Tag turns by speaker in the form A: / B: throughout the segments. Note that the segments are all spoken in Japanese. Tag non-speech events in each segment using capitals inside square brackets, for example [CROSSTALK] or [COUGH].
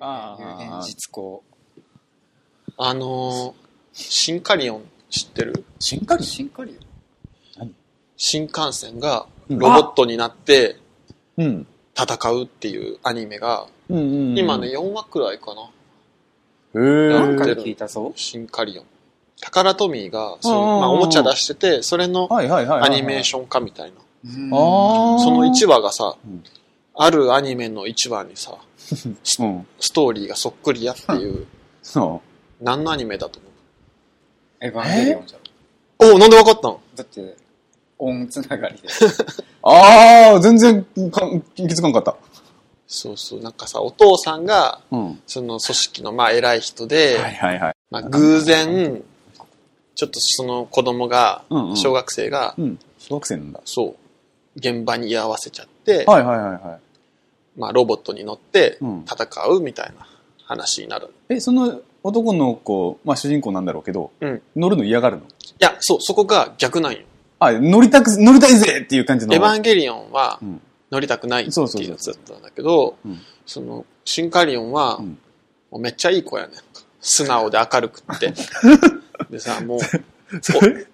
A: あ
B: 有言実行。
C: あのー、シンカリオン知ってる
A: しんかり
B: シンカリ
C: 新幹線が
A: うん
C: ロボットになって
A: うん。
C: 戦うっていうアニメが、
A: うんうんうん
C: 今ね、。4話くらいかな。
A: へ
B: オ
C: や
B: なん
C: っ
B: か
C: て
B: で
C: る
A: ー。
B: 聞いたぞ。
C: シンカリオン。タカラトミーが、そういう
A: うんうんうん
C: まあ、おもちゃ出してて、それの
A: はいはいはいはい。
C: アニメーション化みたいな。
A: ョああ。
C: その1話がさ
A: うん、
C: あるアニメの1話にさ、
A: 話。うん。
C: ストーリーがそっくりやっていう、
A: そ
C: 何のアニメだと思う
B: エヴァンゲリオンじゃん。
C: おうなんでわかったん
B: だって、音つな
C: [LAUGHS]
B: がりで。
A: う。ああ、全然かん気づかんかった。
C: そうそう、なんかさ、お父さんが、
A: うん。は
C: その組織のまあ偉い人で、
A: いはいはい。
C: まあ、偶然、ちょっとその子供が、
A: うんうん
C: 小学生が、
A: うん。小学生なんだ。
C: そう、現場に居合わせちゃって、
A: はいはいはいは
C: まあロボットに乗って
A: うん
C: 戦うみたいな話になる。
A: い。え、その男の子、まあ主人公なんだろうけど、
C: うん
A: 乗るの嫌がるの
C: いや、そう、そこが逆なんよ。
A: あ、乗りたく、乗りたいぜっていう感じの。
C: エヴァンゲリオンは
A: うん
C: 乗りたくないって
A: そうそう
C: いう
A: そう
C: やつだったんだけど
A: うん、
C: その、シンカリオンは、
A: うん
C: もうめっちゃいい子やねん。素直で明るく
A: [LAUGHS]
C: って。でさ、もう、
A: それ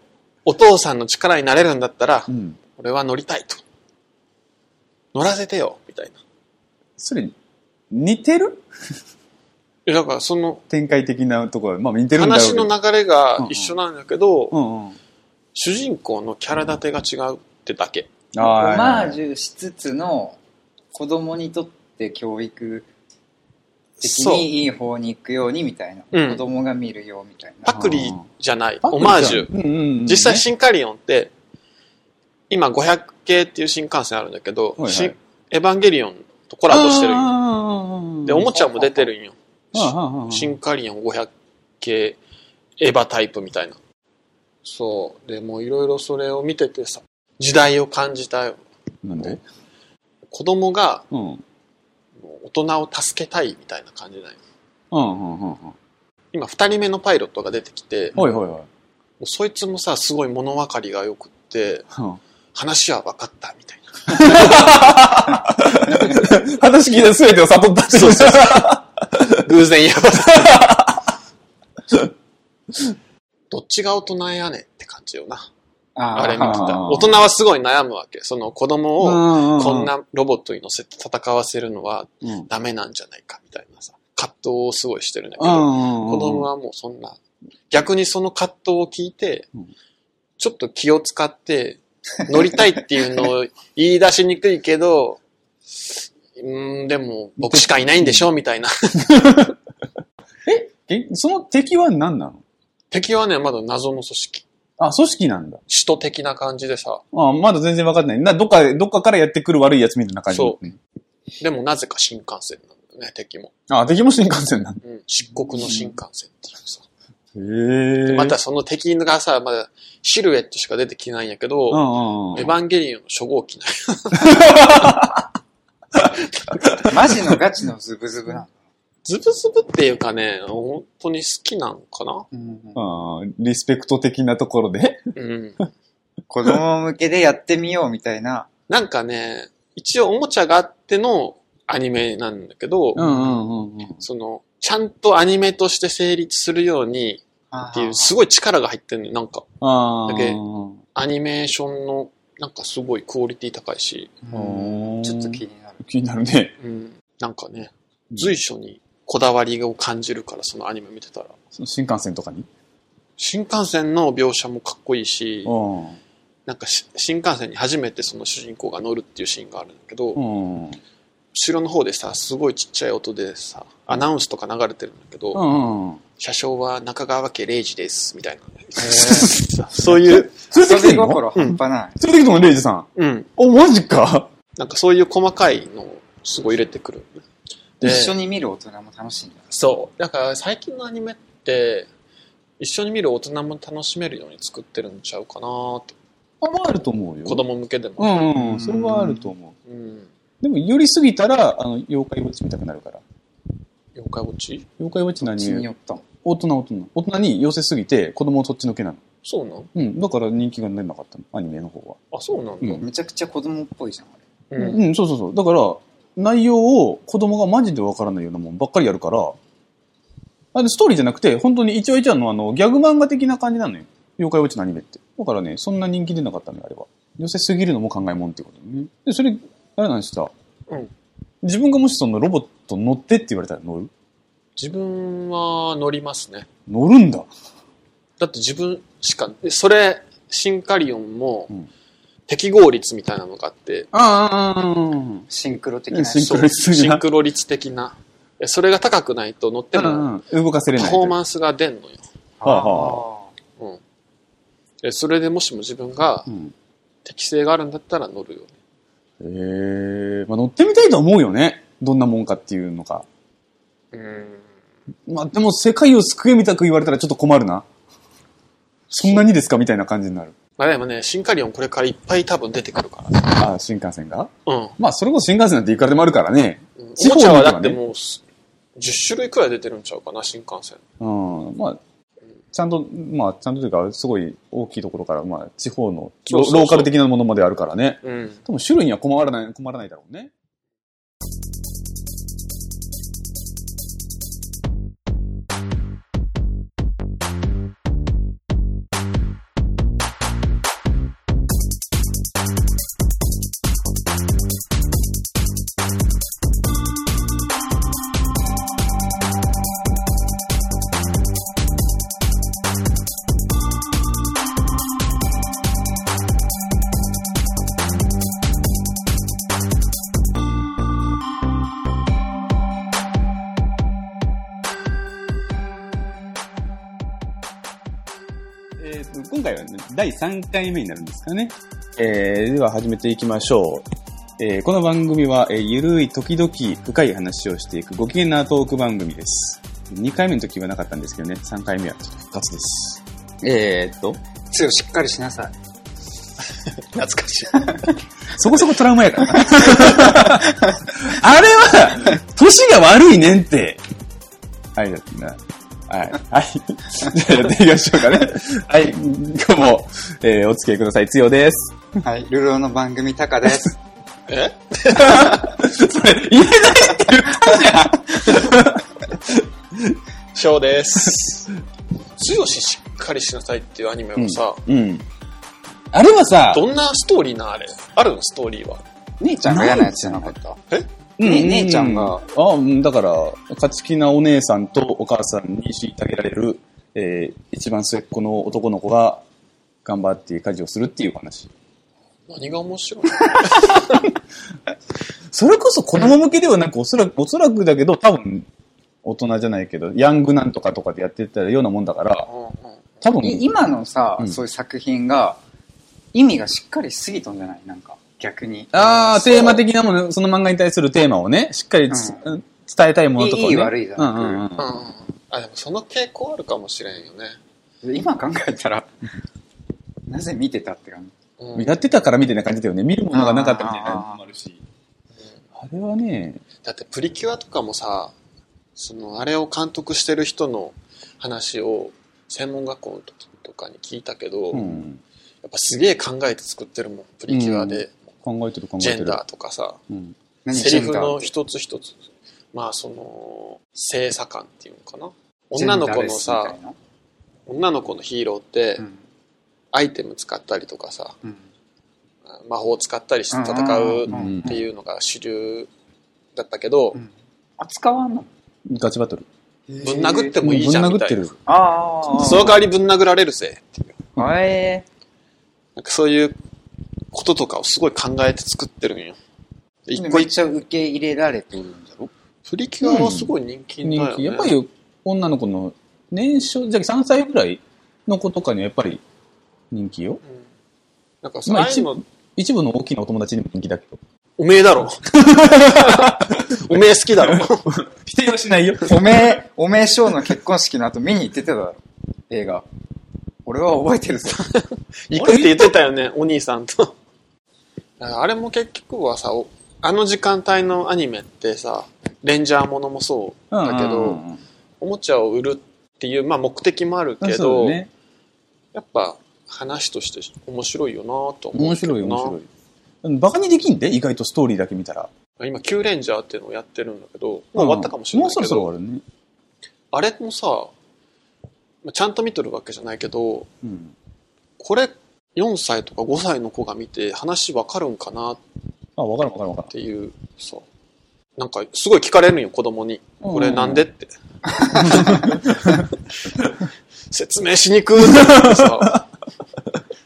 C: お父さんの力になれるんだったら
A: う、ん。
C: 俺は乗りたいと。乗らせてよ、みたいな。
A: それ、似てる
C: えだからその、
A: 展開的なところ、まあ似てるんだろう
C: 話
A: けど。
C: の流れが一緒なんだけど、
A: うんうん。
C: 主人公のキャラ立てが違うってだけ。
A: あ
B: オ
A: あ
B: マージュしつつの、子供にとって教育的
C: そう
B: にいい方に行くようにみたいな。
C: うん
B: 子供が見るよみたいな。
C: パクリじゃない、オマージュ。
A: ュ。うんうんうん
C: 実際シンカリオンって、今500系っていう新幹線あるんだけど、
A: はいはい
C: 新エヴァンゲリオンとコラボしてるんよ。
A: よ
C: で、おもちゃも出てるんよ。シ
A: 新
C: ンカリオン500系エヴァタイプみたいな。そう。で、もういろいろそれを見ててさ、時代を感じたよ。
A: なんで
C: 子供が
A: うん。うん
C: もう大人を助けたいみたいな感じだよ。
A: うんうんうん。
C: 今二人目のパイロットが出てきて、も
A: はいはいは
C: うそいつもさ、すごい物分かりが良くって、
A: い。
C: 話は分かったみたいな。
A: 話聞いた全てを悟ったって
C: そうそう偶然やばさ。どっちが大人やねんって感じよな。
B: あー
C: あれ見てた。
A: あー
C: 大人はすごい悩むわけ。その子供を
A: う
C: こん。なロボットに乗せて戦わせるのは
A: うんうん
C: ダメなんじゃないかみたいなさ、葛藤をすごいしてるんだけ
A: う
C: ど、
A: ん。
C: 子供
A: は、
C: はもうそんな、逆にその葛藤を聞いて
A: うん、
C: ちょっと気を使って、乗りたいっていうのを言い出しにくいけど、うーん、でも僕しかいないんでしょみたいな。
A: え、その敵は何なの
C: 敵はね、まだ謎の組織。
A: あ、組織なんだ。
C: 使徒的な感じでさ、
A: あまだ全然分かってない。な、どっか、どっかからやってくる悪いやつみたいな感じ。。
C: そうでもなぜか新幹線なんだよね、敵も。
A: あ、敵も新幹線なんだ。
C: うん、漆黒の新幹線っていうさ。
A: へえ。
C: また、その敵がさ、まだシルエットしか出てきないんやけど、
A: うんうんうん。
C: エヴァンゲリオンの初号機なんよ
B: マジのガチのズブズ
C: [LAUGHS]
B: ブなの。
C: ズブズブっていうかね、本当に好きなのかな
B: うん
A: うんリスペクト的なところで。
C: うん。
B: 子供向けでやってみようみたいな。
C: なんかね、一応おもちゃがあってのアニメなんだけど、
A: んうんうん。
C: その、ちゃんとアニメとして成立するようにっていう、すごい力が入ってんのよなんか、
A: ああ。
C: だけアニメーションの、なんかすごいクオリティ高いし、
B: うんちょっと
A: 気
B: 気になる。
A: になるね。
C: うん、なんかね、随所にこだわりを感じるから、そのアニメ見てたら。
A: その新幹線とかに。
C: 新幹線の描写もかっこいいし、
A: うん。
C: なんかし新幹線に初めてその主人公が乗るっていうシーンがあるんだけど、
A: うん。うん
C: 後ろの方でさ、すごいちっちゃい音でさ、アナウンスとか流れてるんだけど、
A: うん。
C: 車掌は中川家礼二です、みたいな、ね。
B: ー
C: [LAUGHS] そういう、
A: 連れてき
B: そ
A: て
B: れ
A: んの連
B: 心半端ない。
A: れてきてんのレイジさん。
C: うん。
A: お、マジか。
C: なんかそういう細かいのをすごい入れてくる。で
B: 一緒に見る大人も楽しいんだ。
C: そう。だから最近のアニメって、一緒に見る大人も楽しめるように作ってるんちゃうかなって。
A: あ、まああると思うよ。
C: 子。供向けでも。
A: うんうん。それはあると思う。
C: うん。
A: でも、寄りすぎたら、あの、妖怪ウォッチ見たくなるから。
C: 妖怪ウォッチ
A: 妖怪ウォッチ
B: 気に
A: 何
B: 寄ったもん。
A: 大人大人。大人に寄せすぎて、子供をそっちのけなの。
C: そうなん
A: うん。だから人気が出なかったの。アニメの方は。
C: あ、そうなん
A: う
C: だ。
A: ん
B: めちゃくちゃ子供っぽいじゃん、あれ。
C: う
A: うん、そうそうそう。だから、内容を子供がマジでわからないようなもんばっかりやるから、あでストーリーじゃなくて、本当に一話一話のあの、ギャグ漫画的な感じなのよ。妖怪ウォッチのアニメって。だからね、そんな人気出なかったのよ、あれは。寄せすぎるのも考えもんってことね。で、それ、あれなんしさ、
C: うん
A: 自分がもしそのロボット乗ってって言われたら乗る
C: 自分は乗りますね。
A: 乗るんだ。
C: だって自分しか、でそれ、シンカリオンも
A: うん、
C: 適合率みたいなのがあって、
A: ああ、うん。
B: シンクロ的な。
A: シンクロ
C: そう
A: 率的
C: シ
A: な
C: ンクロ率的な。えそれが高くないと乗っても、
A: 動かせれ
C: パ
A: ない。
C: フォーマンスが出んのよ。
A: はあ
B: あ
C: えそれでもしも自分が
A: うん
C: 適性があるんだったら乗るよ。
A: ええまあ乗ってみたいとは思うよね。どんなもんかっていうのか。
C: うん。
A: まあでも世界を救えみたく言われたらちょっと困るな。そんなにですかみたいな感じ
C: [LAUGHS]
A: になる。
C: まあでもね、シンカリオンこれからいっぱい多分出てくるからね。
A: ああ、新幹線が
C: うん。
A: まあそれこそ新幹線なんていくらでもあるからね。
C: うん
A: 地
C: お
A: 方
C: もち
A: に行
C: ゃ
A: けばね
C: はだってもうす、10種類くらい出てるんちゃうかな、新幹線。
A: うん。まあ、ちゃんと、まあちゃんとというか、すごい大きいところから、まあ地方の
C: そ
A: ロ
C: うそうそう
A: ローカル的なものまであるからね。
C: うん。
A: 多分種類には困らない、困らないだろうね。えーと今回は、ね、第3回目になるんですかね。えーでは始めていきましょう。えーこの番組は、えーゆるい時々深い話をしていくご機嫌なトーク番組です。2回目の時はなかったんですけどね、3回目はちょっと復活です。えーっと、
B: あ。つよ、しっかりしなさい。
A: [LAUGHS]
C: 懐かしい。
A: そこそこトラウマやから [LAUGHS] な。あれは、年が悪いねんって。はい、だってな。はい。はい。じゃあやっていきましょうかね。はい。今日も、えーお付き合いください。つよです。 [LAUGHS]
B: はい、ルローの番組タカです。
C: え
A: それ、言えないって言ったじゃん
C: ショーです。強ししっかりしなさいっていうアニメもさ、
A: うん。あれはさ、
C: どんなストーリーなんあれあるのストーリーは。
B: 姉ちゃんが嫌なやつじゃなかった。
A: うん
B: ね姉ちゃんが。
A: あうんだから、勝ち気なお姉さんとお母さんに虐げられる、えー、一番末っ子の男の子が頑張って家事をするっていう話。
C: 何が面
A: [LAUGHS]
C: 白いの
A: それこそ子供向けではなく、おそらく、おそらくだけど、多分、大人じゃないけど、ヤングなんとかとかでやってたようなもんだから、
C: うんうん
A: 多分、
B: い今のさ、
A: うん
B: そういう作品が、意味がしっかりしすぎとんじゃないなんか、逆に。
A: ああ、
C: そう
A: テーマ的なもの、その漫画に対するテーマをね、しっかりつ、伝えたいものとかをね。
B: いいいい悪いじゃなく
A: うんうんう
C: う
A: ん
C: んうんあ、でもその傾向あるかもしれんよね。
B: 今考えたら、
A: [LAUGHS]
B: なぜ見てたって感
C: うん
A: やってたからみたいな感じだよね。見るものがなかったみたいなのもあるし。あれはね、
C: だってプリキュアとかもさ、そのあれを監督してる人の話を専門学校の時とかに聞いたけど、
A: う
C: や
A: ん、
C: っぱすげえ考えて作ってるもん、プリキュアで。
A: 考えてる考え
C: ジ
A: てる。
C: ェンダーとかさ、
A: うん。
B: じ。
C: セリフ
B: ジェンダー
C: の
B: って
C: 一つ一つ、まあその、性差感っていうのかな。女の子の
B: ジェ
C: さ
B: ン、ダーレスみ
C: 女の子のヒーローって
B: たいな、
C: アイテム使ったりとかさ、
B: うんうん
C: 魔法使ったりして戦うっていうのが主流だったけど
B: う、ん扱わんの
A: ガチバトル。
C: ぶん殴って
A: も
C: も
A: う
C: いい
A: ぶ
C: じ
A: ん
C: ゃんみ
A: 殴
C: た
A: って
C: いな
A: る。。
B: ああ。
C: その代わりぶん殴られるぜっていう。
B: か。え
C: なんかそういうこととかをすごい考えて作ってるんよ。
B: え。
C: 一
B: 一
C: 個
B: 個
C: 一
B: 一応受け入れられてるんだろ
C: プリキュアはすごい人気だよね。
A: 人気。やっぱり女の子の年少、じゃあ3歳ぐらいの子とかにはやっぱり人気よ。
C: うんなんか
A: ま
C: さ、
A: あ
C: ああいうの、
A: 一部の大きなお友達にも人気だけど。
C: おめえだ [LAUGHS] ろ。おめえ好きだろ。
A: 否定はし [LAUGHS] ないよ。
B: おめえ、おめえショーの結婚式の後見に行ってただろ映画。俺は覚えてるぞ。
C: 行くって言ってたよね、お兄さんと。だからあれも結局はさ、おあの時間帯のアニメってさ、レンジャーものもそうだけど、
A: うんうんうん
C: おもちゃを売るっていう、まあ、目的もある
A: あ
C: け
A: そ
C: ど、
A: うだね。
C: やっぱ話として面白いよなと思うけどな
A: 面白い面白い。バカにできんで意外とストーリーだけ見たら。
C: 今、キューレンジャーっていうのをやってるんだけど、もう終わったかもしれないけど、
A: もうそろそろ終わるね。
C: あれもさ、まあちゃんと見てるわけじゃないけど、
A: うん。
C: これ4歳とか5歳の子が見て話わかるんかなっ
A: あ、わかるわかるわかる。
C: ていう、さ、なんかすごい聞かれるんよ、子供に。これなんで
A: [LAUGHS]
C: って。説明しにくいって言ってさ、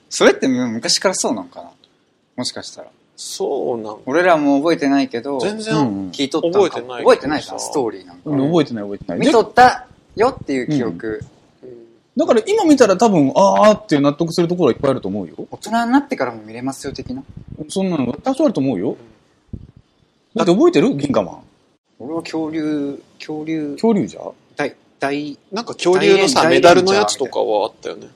B: それってもう昔からそうなんかなもしかしたら。
C: そうなん
B: 俺らも覚えてないけど、
C: 全
A: う
C: 然、
A: ん。
B: 聞いとったんかも
C: 覚えてない
B: 覚えてないかな、ストーリーなんか。
A: うん覚えてない覚えてない。
B: 見とったよっていう記憶、
C: うん
A: だから今見たら多分、あーって納得するところはいっぱいあると思うよ。
B: 大人になってからも見れますよ的な。
A: そんなの多少あると思うよ。だって覚えてる銀河マン。
B: 俺は恐竜、恐竜、
A: 恐竜じゃあ
B: 大、大、
C: なんか恐竜のさ、
B: 大
C: メ
B: 変
C: ダルのやつとかはあったよね。
A: る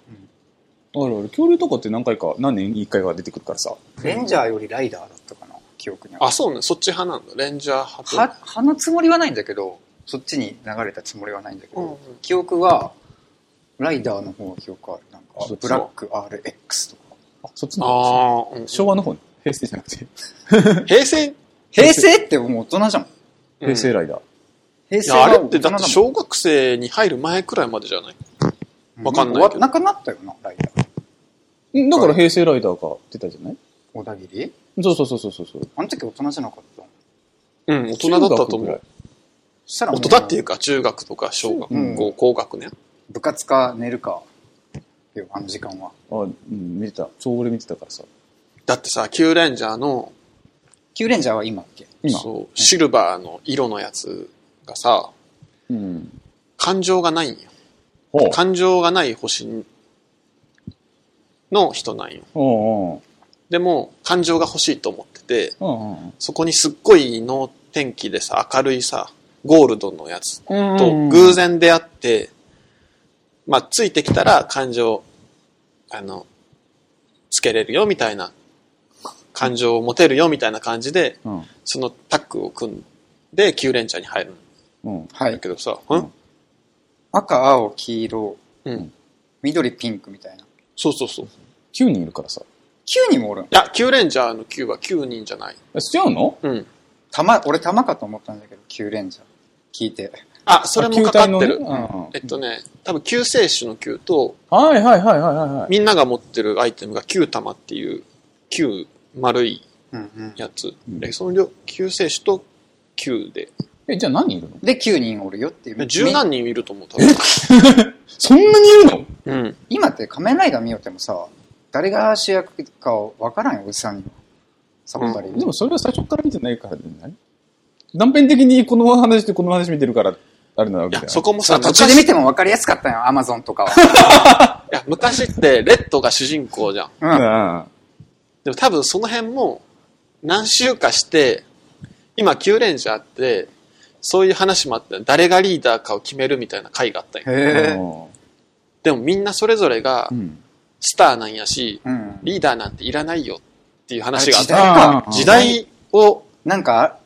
A: ある。恐竜とかって何回か、何年に1回は出てくるからさ。
B: レンジャーよりライダーだったかな、記憶には。
C: あ、そうね。そっち派なんだ。レンジャー派と。
B: は、派のつもりはないんだけど、そっちに流れたつもりはないんだけ
C: うんう
B: ど、
C: ん
B: 記憶は、ライダーの方が記憶ある。なんか
A: あそう、
B: ブラック RX とか。
A: あ、そっちの。
C: ああ、うん
A: 昭和の方ね。平成じゃなくて。
C: 平成、
B: 平成ってもう大人じゃん。
C: うん
A: 平成ライダー。
B: 平
C: い
B: 成
C: や、
B: は
C: あ
B: 大
C: れ
B: 人
C: ってだって
B: だも
C: 小学生に入る前くらいまでじゃない
B: ん
C: わかんないけど
B: もう終わなくなったよな、ライダー。
A: うんだから平成ライダーが出たじゃない
B: 小田切
A: そうそうそうそうそうそう。
B: あの時大人じゃなかった。
C: うん、大人だったと
A: 中学ぐ
C: 思。。
A: らいう
B: そしたら
C: 大
B: もう
C: 人っていうか、中学とか小学
B: うん
C: 校、高学年。
B: 部活か寝るか。よあの時間は。
A: あ、うん、見てた。ちょうど俺見てたからさ。
C: だってさ、キューレンジャーの、
B: キューレンジャーは今だっけ
A: 今。
C: そう、シルバーの色のやつがさ、
A: うん。
C: 感情がないんよ。
A: ほう。
C: 感情がない星の人なんよ。
A: ほ
C: でも、感情が欲しいと思ってて、
A: う。うんうん。
C: そこにすっごい能天気でさ、明るいさ、ゴールドのやつ
A: うん
C: と偶然出会って、まあ、ついてきたら感情、あの、つけれるよみたいな、感情を持てるよみたいな感じで、
A: うん。
C: そのタッグを組んで、9連チャーに入るん
A: うん。
B: は
C: だ
B: い。
C: けどさ、
A: うん
C: ん
B: 赤、青、黄色、
C: うん。
B: 緑、ピンクみたいな。
C: そうそうそう。い
A: 9人いるからさ。
B: 9人もおるん
C: や、9レンジャーの9は9人じゃない。
A: え違うの
C: うん。
B: 玉、俺玉かと思ったんだけど、9レンジャー。聞いて。
C: あ、それもかかってる。
A: 球体のねうんうん
C: えっとね、多分救世主の9と、
A: はいはいはいはいはいはい。
C: みんなが持ってるアイテムが9玉っていう、9丸い
B: うんうん。
C: やつ。
A: うん
C: で、その量、救世主と9で。
A: え、じゃあ何人いるの
B: で、9人おるよっていう。
C: 十
B: み
C: 何人いると思う、多分。
A: そんなにいるの
C: うん。
B: 今って仮面ライダー見よってもさ、誰が主役かわからんよ、おじさんには。さっぱり。
A: でもそれは最初から見てないからじゃない断片的にこの話とこの話見てるから、あれなわ
C: い
A: け
C: や
A: だ、
C: そ
A: よ。
C: こも
B: そ
C: さ、
B: う途中で見
C: 昔、い
B: てもわかりやすかったよ、アマゾンとかは。
C: や、昔って、レッドが主人公じゃん。
A: うん
B: うん。
C: でも多分その辺も、何週かして、今、キューレンジャーって、そういう話もあって、誰がリーダーかを決めるみたいな回があったんよ。
B: へえ。
C: でもみんなそれぞれが
A: う、ん。
C: スターなんやし、
B: うん。
C: リーダーなんていらないよっていう話があっ
B: あ
C: た。
B: なん
A: あー
C: 時代を、
B: なんか、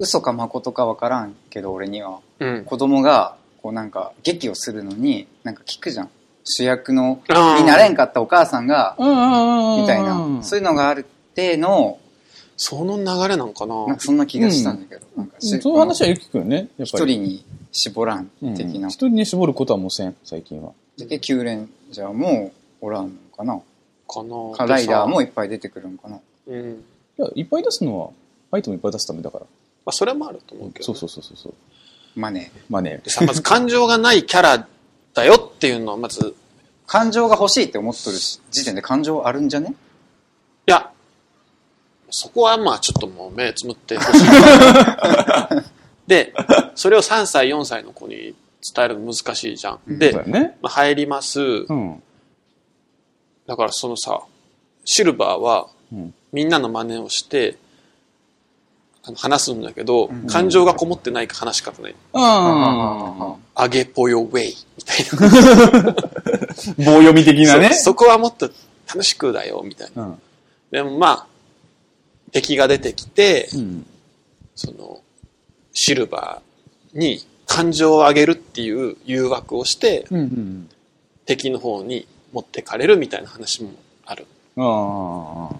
B: 嘘か誠かわからんけど、俺には。
C: うん。
B: 子供が、こうなんか、劇をするのに、なんか聞くじゃん。主役の、
C: あー
B: になれんかったお母さんが、
A: うんうんうん。
B: みたいな。そういうのがあるっての、
C: その流れなんかな
B: なんかそんな気がしたんだけど。なんかし
A: そういう話はよく聞くよね。やっ
B: 一
A: ぱり。
B: 人に絞らん的
A: うん
B: な
A: 一。人に絞ることはもうせん、最近は。
B: で、キューレンジャーもおらんのかな。
C: かな
B: かライダーもいっぱい出てくるのかな。
C: うん。
A: いや、いっぱい出すのは、アイテムいっぱい出すためだから。
C: まあ、それもあると思うけど。
A: そうそうそうそうそう。
B: まあね、
A: まあね
C: で。さ、まず感情がないキャラだよっていうのは、まず、
B: 感情が欲しいって思っとるし時点で感情あるんじゃね
C: いや、そこはまあちょっともう目つむってほ
A: [LAUGHS]
C: しい。で、それを3歳、4歳の子に伝えるの難しいじゃん。で、
A: そう
C: ま
A: だよね。
C: あ、入ります。
A: うん。
C: だからそのさ、シルバーは
A: うん
C: みんなの真似をして、あの話すんだけど、
B: ん
C: 感情がこもってないか話し方ない。
A: ああ。
C: あげぽよウェイみたいな。
A: 棒読み的なね。
C: そそこはもっと楽しくだよ、みたいな。
A: うん。
C: でもまあ、敵が出てきて、
A: うん。
C: その、シルバーに感情を上げるっていう誘惑をして、
A: うんうん。
C: 敵の方に持ってかれるみたいな話もある。
A: ああ。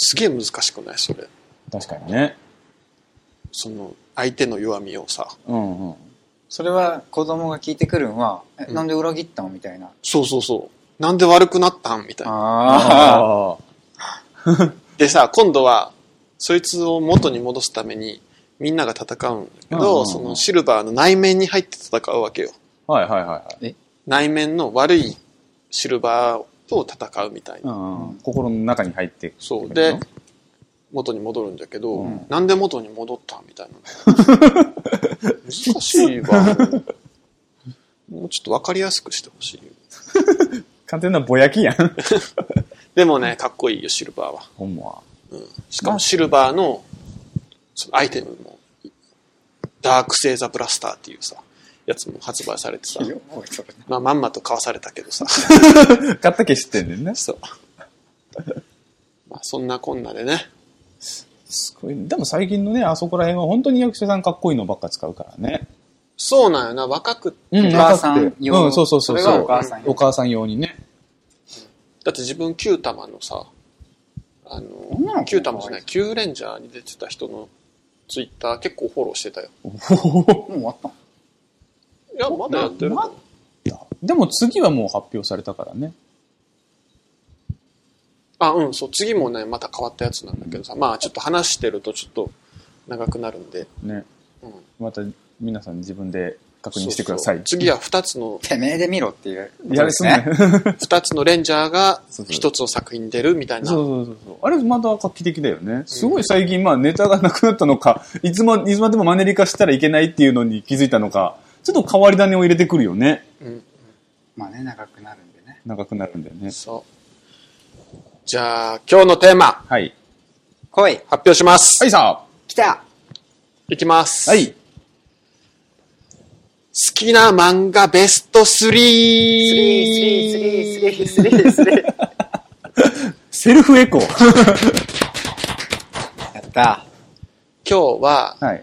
C: すげえ難しくないそれ。
A: 確かにね。
C: その相手の弱みをさ
B: うんうん。それは子供が聞いてくるんは、え
C: うん
B: なんで裏切ったんみたいな。
C: そうそうそうなんで悪くなったんみたいな
B: ああ。
A: あ
C: でさ今度はそいつを元に戻すためにみんなが戦うんだけ
A: うんうんう
C: ど
A: ん
C: そのシルバーの内面に入って戦うわけよ
A: ー。はいはいはいはい。
C: 内面の悪いシルバーと戦うみたいな、
A: うんうん、心の中に入って。
C: そう
A: なる
C: で
A: ほど
C: 元に戻るんだけど、
A: うん
C: なんで元に戻ったみたいな
A: [LAUGHS]
C: 難しいわもうちょっと分かりやすくしてほしい
A: 完全なぼやきやん。
C: でもねかっこいいよシルバーは
A: ほんまは。
C: しかもシルバーのそのアイテムもダーク星座ブラスターっていうさやつも発売されてさ
B: [LAUGHS] いい、よおいそれ
C: まあ、まんまと買わされたけど
A: [LAUGHS]
C: さ
A: 買ったけ知ってんねんな。
C: そうまあそんなこんなでね
A: すごい。でも最近のね、あそこら辺は本当に役者さんかっこいいのばっか使うからね。
C: そうなんよな若く
A: うん
B: お母さん用
A: 若くてうん、そうそうそうう。
B: それがお母さん用
A: お母さん用にね。
C: だって自分9玉のさあ
B: 女の
C: の
B: 子
C: 9玉じゃない9レンジャーに出てた人のツイッター結構フォローしてたよ
B: もう終わったの
C: いやまだやってる
B: ま
A: でも次はもう発表されたからね。
C: あうんそう次もねまた変わったやつなんだけどさまあちょっと話してるとちょっと長くなるんで、
A: ね。
C: うん、
A: また皆さん自分で確認してください。
C: そうそう次は2つ
A: [LAUGHS]
C: の
B: てめえで見ろっていう。
A: やるすね。。そう
C: 二つのレンジャーが
A: そうそう
C: 一つの作品に出るみたいな。
A: そうそうそう。あれまた画期的だよね。すごい最近まあネタがなくなったのか、いつも、いつまでもマネリ化したらいけないっていうのに気づいたのか、ちょっと変わり種を入れてくるよね。
C: うん
B: まあね、長くなるんでね。
A: 長くなるんだよね。
C: そうじゃあ、今日のテーマ、
A: はい。
B: 来い
C: 発表します。
A: はいさ
B: 来た
C: い。きます。
A: あ。は。い。
C: 好きな漫画ベスト 3! ス
B: スリー、スリー、スリー、スリー、スリー、スリー。
A: セルフエコー。
B: [LAUGHS] やった。
C: 今日は、
A: はい。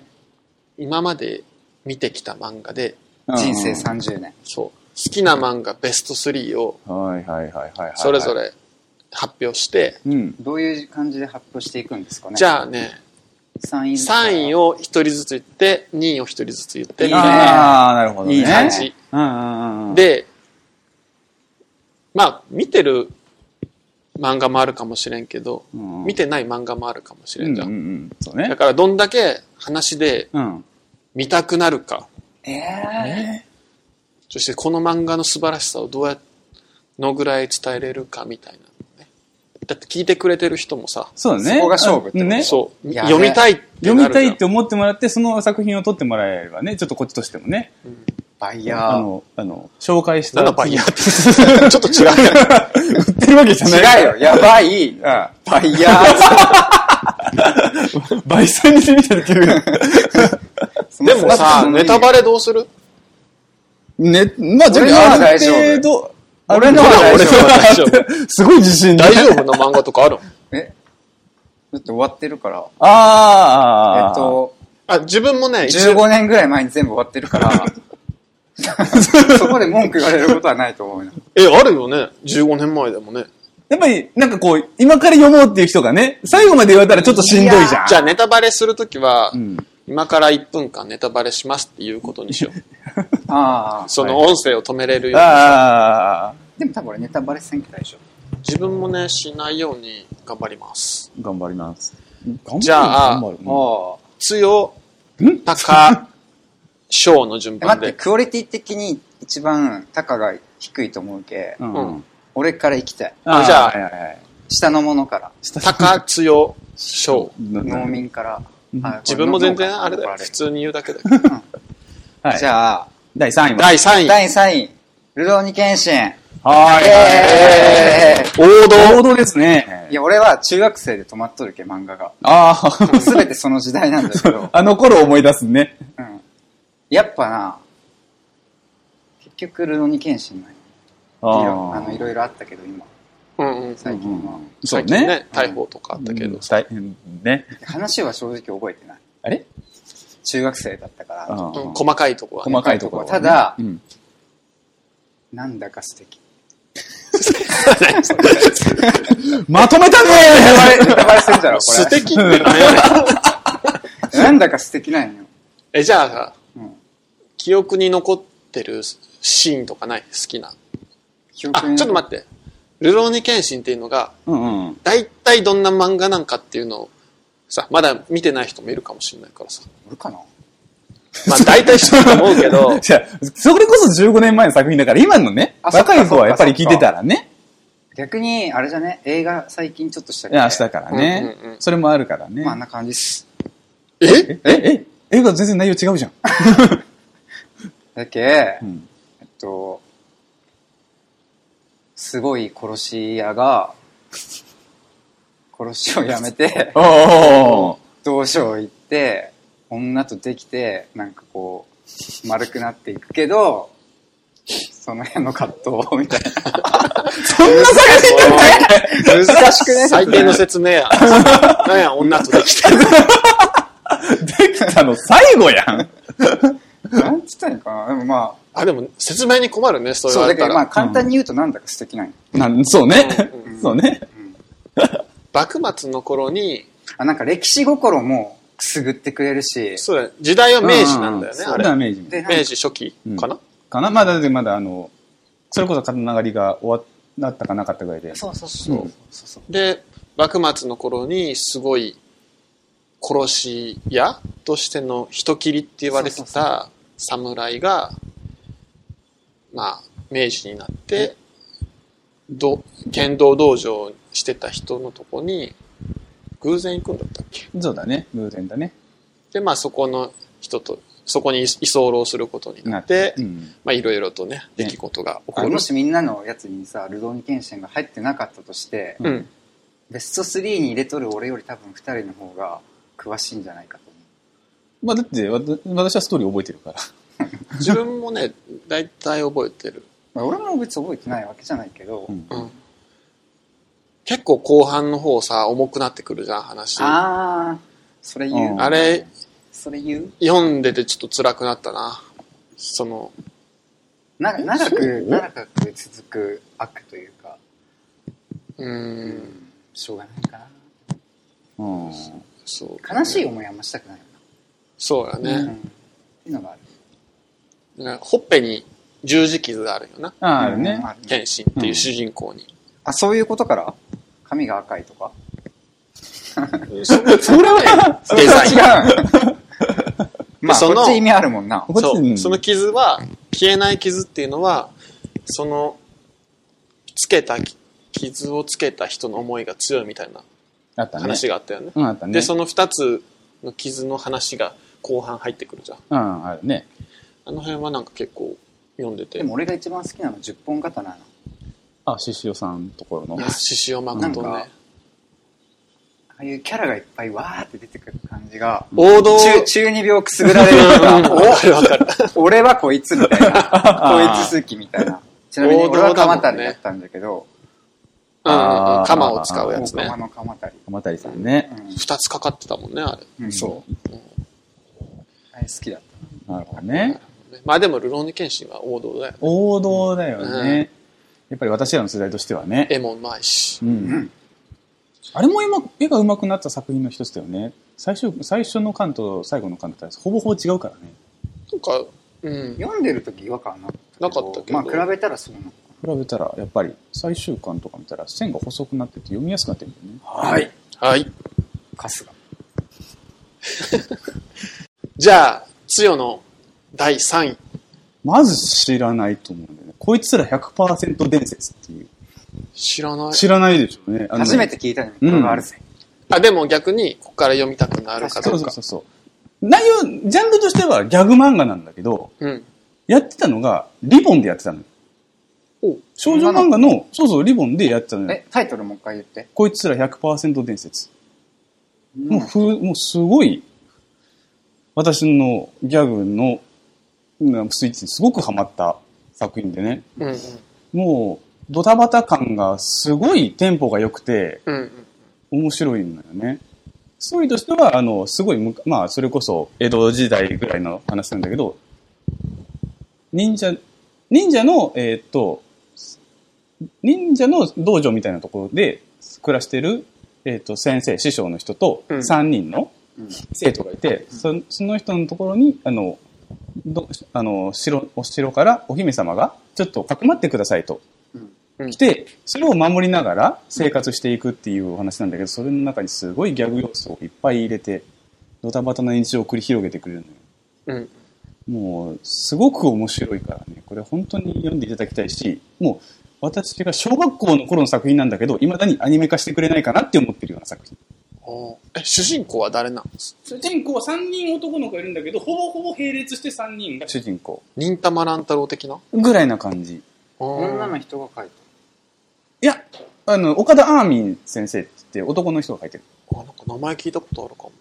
C: 今まで見てきた漫画で、
B: 人生。30年。
C: そう、好きな漫画ベスト3を、
A: はいはいはいはいはい。
C: それぞ。れ発表して、
A: うん。
B: どういう感じで発表していくんですかね
C: じゃあね、
B: 3位
C: 3位
B: を。
C: を一人ずつ言って、2位を一人ずつ言って、
B: いいね
A: ああ、なるほどね。
B: いい
C: 感
B: ね
C: じ。
A: うんうんうん。で、
C: で、まあ、見てる漫画もあるかもしれんけど、見
A: 見
C: てない漫画もあるかもし
A: う
C: れん
A: ん
C: じ
A: う
C: ゃ
A: ん
C: ん。
A: うん。そう
C: だ
A: ね。
C: から、どんだけ話で
A: うん。
C: 見たくなるか、
B: ええ
C: そしてこの漫画の素晴らしさをどうやのぐらい伝えれるかみたいなのね。だって聞いてくれてる人もさ、
A: そうだね。
B: そこが勝負ってこと
A: ね。
C: そう、
B: やべ
C: 読みたいって
A: 読
C: なる
A: み
C: じ
A: た
C: ゃん
A: いって思ってもらって、その作品を取ってもらえればね、ちょっとこっちとしてもね、
B: バイ
A: あ
B: ヤー。
A: の、あの、紹介した
C: なんだバイヤーって。ちょっと違う。
A: [LAUGHS] 売ってるわけじゃない。
B: 違うよ、やばい。
A: あ
B: バイヤー。
A: あ。倍さんにしてみただけど。
C: でもさ、ネタバ
B: レ。
C: レどうする
A: ね、まあ、
B: 俺のは大丈夫
A: ある程度、
B: 俺のは大丈夫
A: 俺のは大丈 [LAUGHS] 夫すごい自信
C: 大丈夫な漫画とかあるの
B: えだって終わってるから。
A: ああ。
B: えっ、と、
C: あ、自分もね、一応
B: 15年ぐらい前に全部終わってるから、
C: [LAUGHS]
B: そこで文句言われることはないと思うよ。
C: え、あるよね。15年前でもね。
A: やっぱり、なんかこう、今から読もうっていう人がね、最後まで言われたらちょっとしんどいじゃん。
C: じゃあネタバレするときは、
A: うん。
C: 今から1分間ネタバレしますっていうことにしよう。
B: ああ。
C: その音声を止めれるように。
A: ああ、
B: でも多分俺ネタバレせんけどでしょ。
C: 自分もね、しないように頑張ります。
A: 頑張ります。頑張る
C: じゃあ
A: 頑張るうん
B: ああ。
C: つよ
A: ん、
C: たか、しょうの順
B: え待
C: 番
B: って、
C: で。
B: クオリティ的に一番高が低いと思うけ、
A: うんうん。
B: 俺から行きたい。
C: あじゃあ
A: はいはいはい
B: 下のものから。
C: たか、つよ、しょう。
B: 農民から。はい
C: 自分も全然あれだよ。
B: 怒ら
C: 普
B: る
C: 通に言うだけだよ。
A: はい。
B: じゃあ、
A: 第3位は。
C: 第3位。
B: 第3位、ルローニケンシン。
A: は
B: えー
C: 王
A: ー、
C: 道。
A: 王道ですね
B: い。や、俺は中学生で止まっとるけ、漫画が。
A: ああ、。
B: すべてその時代なんだけど
C: [LAUGHS]
A: あの頃思い出すね。
B: うん。やっぱな、結局、ルローニケンシンなんよいろあの、いろいろあったけど、今、
C: うんうん。
B: 最近は。
A: そう
C: 最近
A: ね。
C: ね、逮捕とかあったけ
A: う
C: ど
A: ん。大変ね。
B: 話は正直覚えてない。
A: あれ
B: 中学生だったから、
A: うん
C: うん細かいとこはね。
A: 細かいところはね。
B: ただ
A: うん
B: なんだか素敵。
A: まとめたね [LAUGHS]
B: ネタバレ、ネタバレするだろ、こ
C: 素敵って
A: うん
C: 何やねん
B: れ。なんだか素敵なんよ。
C: え、じゃあ、
B: うん
C: 記憶に残ってるシーンとかない好きな。
B: 記
C: あ、ちょっと待
B: っ
C: って。ルローニケンシンっていうのが、
A: うんうん。
C: 大体どんな漫画なんかっていうのを、さ、まだ見てない人もいるかもしれないからさ。
B: て。俺かな
C: まあ大体知ってると思うけど、
A: じゃあ、それこそ15年前の作品だから、今のね、
B: あそっか
A: 若い子はやっぱり聞いてたらね、
B: 逆に、あれじゃね、映画最近ちょっとしたけど、
A: 明日からね、
C: うんうんうん
A: それもあるからね。
B: まああんな感じっす。
C: え
A: [LAUGHS] え、え、え、映画全然内容違うじゃん。
B: だけ、
A: うん
B: えっと、すごい殺し屋 [LAUGHS] が、殺しをやめて、
A: おー
B: 道場行って、女とできて、なんかこう、丸くなっていくけど、その辺の葛藤みたい [LAUGHS]
A: そんな探し
B: な。難しくね
C: 最低の説明や。なんや、女とできてる。
A: てきたの最後やん。
B: なんつったらいいのかなでもま
C: あ、でも説明に困るね、
B: あ、
C: それ
B: そう、
C: は。
B: だからまあ簡単に言うとなんだか素敵なんよ
A: なんそうね
C: うんう。ん
A: そうね。
C: 幕末の頃に、
B: あ、なんか歴史心もくすぐってくれるし、
C: そうだね、時代は明治なんだよね、あ
A: ううそう
C: れ。
A: 明治みた
B: で、
A: い
B: なんか
C: 明治初期かな、
A: かなまあだってまだあの、それこそ刀狩りが終わっなったかなかったぐらいで。
B: そうそうそう。そうそう
C: で、幕末の頃にすごい殺し屋としての人斬りって言われて
B: そうそ
C: た侍が、まあ、明治になって、ど剣道道場をしてた人のとこに、偶然行くんだったっけ
A: そうだね。偶然だね。
C: で、まあそこの人と、そこに居候することになって、
A: うん。
C: まあいろいろとね、出来事が起
B: あ
C: こ
B: れ
C: る
B: も。しみんなのやつにさ、ルドーニケンシンが入ってなかったとして、
C: うん。
B: ベスト3に入れとる俺より多分2人の方が詳しいんじゃないかと思う。
A: まあだって、わた私はストーリー覚えてるから。
C: 自分もね、大体覚えてる。
B: まあ、俺も別に覚えてないわけじゃないけど、
A: うん
C: うん結構後半の方さ、重くなってくるじゃん、話。あ
B: ああそれ言う、
A: うん
C: れ、
B: それ言う
C: 読んでてちょっと辛くなったな。その、
B: な長
A: そう
B: く長く続く悪というか、
C: う
B: う
C: ーん、
B: ん、しょうがないか
A: うん。
C: そう。
B: な悲しい思いあんましたくないよ
C: そうや
B: な、うん、
C: ね
B: っ。ていうのがある
C: なんかほっぺに十字傷があるよな。
A: ああ、あるね
B: うん。あ
C: 謙信っていう主人公に。
B: あそういうことから髪が赤いとか
C: そそれはね、デザイン。
B: 違うまあ
C: その
B: こっち意味あるもんな
A: こっち
C: そうう。
A: ん
C: その傷は、消えない傷っていうのは、その、つけたき、傷をつけた人の思いが強いみたいな
A: [LAUGHS] あったね。
C: 話があったよね。
A: うん、あったね。
C: で、その二つの傷の話が後半入ってくるじゃん。
A: うん、あるね。
C: あの辺はなんか結構読んでて。
B: でも俺が一番好きなの10本刀なの
A: あ、獅子雄さんのところの。
C: あ獅子王誠
B: なん
C: ね
B: か。ああいうキャラがいっぱいわーって出てくる感じが
C: 王道。
B: 中中二病くすぐられる
C: [LAUGHS] うん
B: の
C: わ
B: が
C: かるわかる。
B: お俺はこいつみたいなこいつ好きみたいなちなみに俺は鎌足りだったんだけど
C: うん
A: あー
C: うん。鎌を使うや
B: 大
C: つね
B: 鎌。の鎌足り
A: 鎌谷さんね。
C: 二つかかってたもんね、あれ。
B: うん、そう
A: う。
B: あれ好きだっ
A: なるほどね。
C: まあでも、ルローニケンシンは王道だよ。
A: 王道だよね。やっぱり私らの世代としてはね。
C: 絵もうまいし。
A: う
B: た、
A: ん。あれも今、絵が上手くなった作品の一つだよね。最初、最初の巻と最後の巻だったら、ほぼほぼ違うからね。
C: なんか、うん。
B: 読んでる時違和感なかった
C: なかったけど
B: まあ比べたらそうなの
A: 比べたら、やっぱり最終巻とか見たら、線が細くなってて読みやすくなってるんだよね。
B: はい
C: はい。
B: 春日
C: じゃあ、つよの第3位。
A: まず知らないと思うんだよね。こいつら100%伝説っていう。
C: 知らない。
A: 知らないでしょうね。あのね
B: 初めて聞いたのにこれがあるぜ、
C: あ、でも逆に、ここから読みたくなるか
A: そ
C: ど
A: う
C: う
A: そう
C: か。
A: そうそう。内容、ジャンルとしてはギャグ漫画なんだけど、
C: うん。
A: やってたのが、リボンでやってたのよ。
C: お
A: 少女漫画の、そうそう、リボンでやってたのよ。
B: えタイトルもう一回言って、
A: こいつら100%伝説。もう
B: うん
A: ふ、もうすごい、私のギャグのうんスイッチにすごくハマった作品でね。
C: うんうん。
A: もう、ドタバタ感がすごいテンポが良くて、
C: うんうん。
A: 面白いんだよね。ストーリーとしては、あの、すごいむか、まあ、それこそ、江戸時代ぐらいの話なんだけど、忍者、忍者の、えーっと、忍者の道場みたいなところで暮らしてる、えーっと、先生、師匠の人と、
C: うん
A: 3人の
B: うん
A: 生徒がいて、そその人のところに、あの、どあの城お城からお姫様が、ちょっとかくまってくださいと
B: うん
A: 来て、それを守りながら生活していくっていうお話なんだけど、それの中にすごいギャグ要素をいっぱい入れて、ドタバタな日常を繰り広げてくれるのよ。
C: うん。
A: もう、すごく面白いからね、これ本当に読んでいただきたいし、もう、私が小学校の頃の作品なんだけど、未だにアニメ化してくれないかなって思ってるような作品。
C: おーえ、主人公は誰なんです
A: 主人公は3人男の子がいるんだけど、ほぼほぼ並列して3人が主人公。
C: 忍たま乱太郎的な
A: ぐらいな感じ。
B: 女の人が書い
A: いや、あの、岡田アーミン先生って言って男の人が書いてる。
C: あ、なんか名前聞いたことあるかも。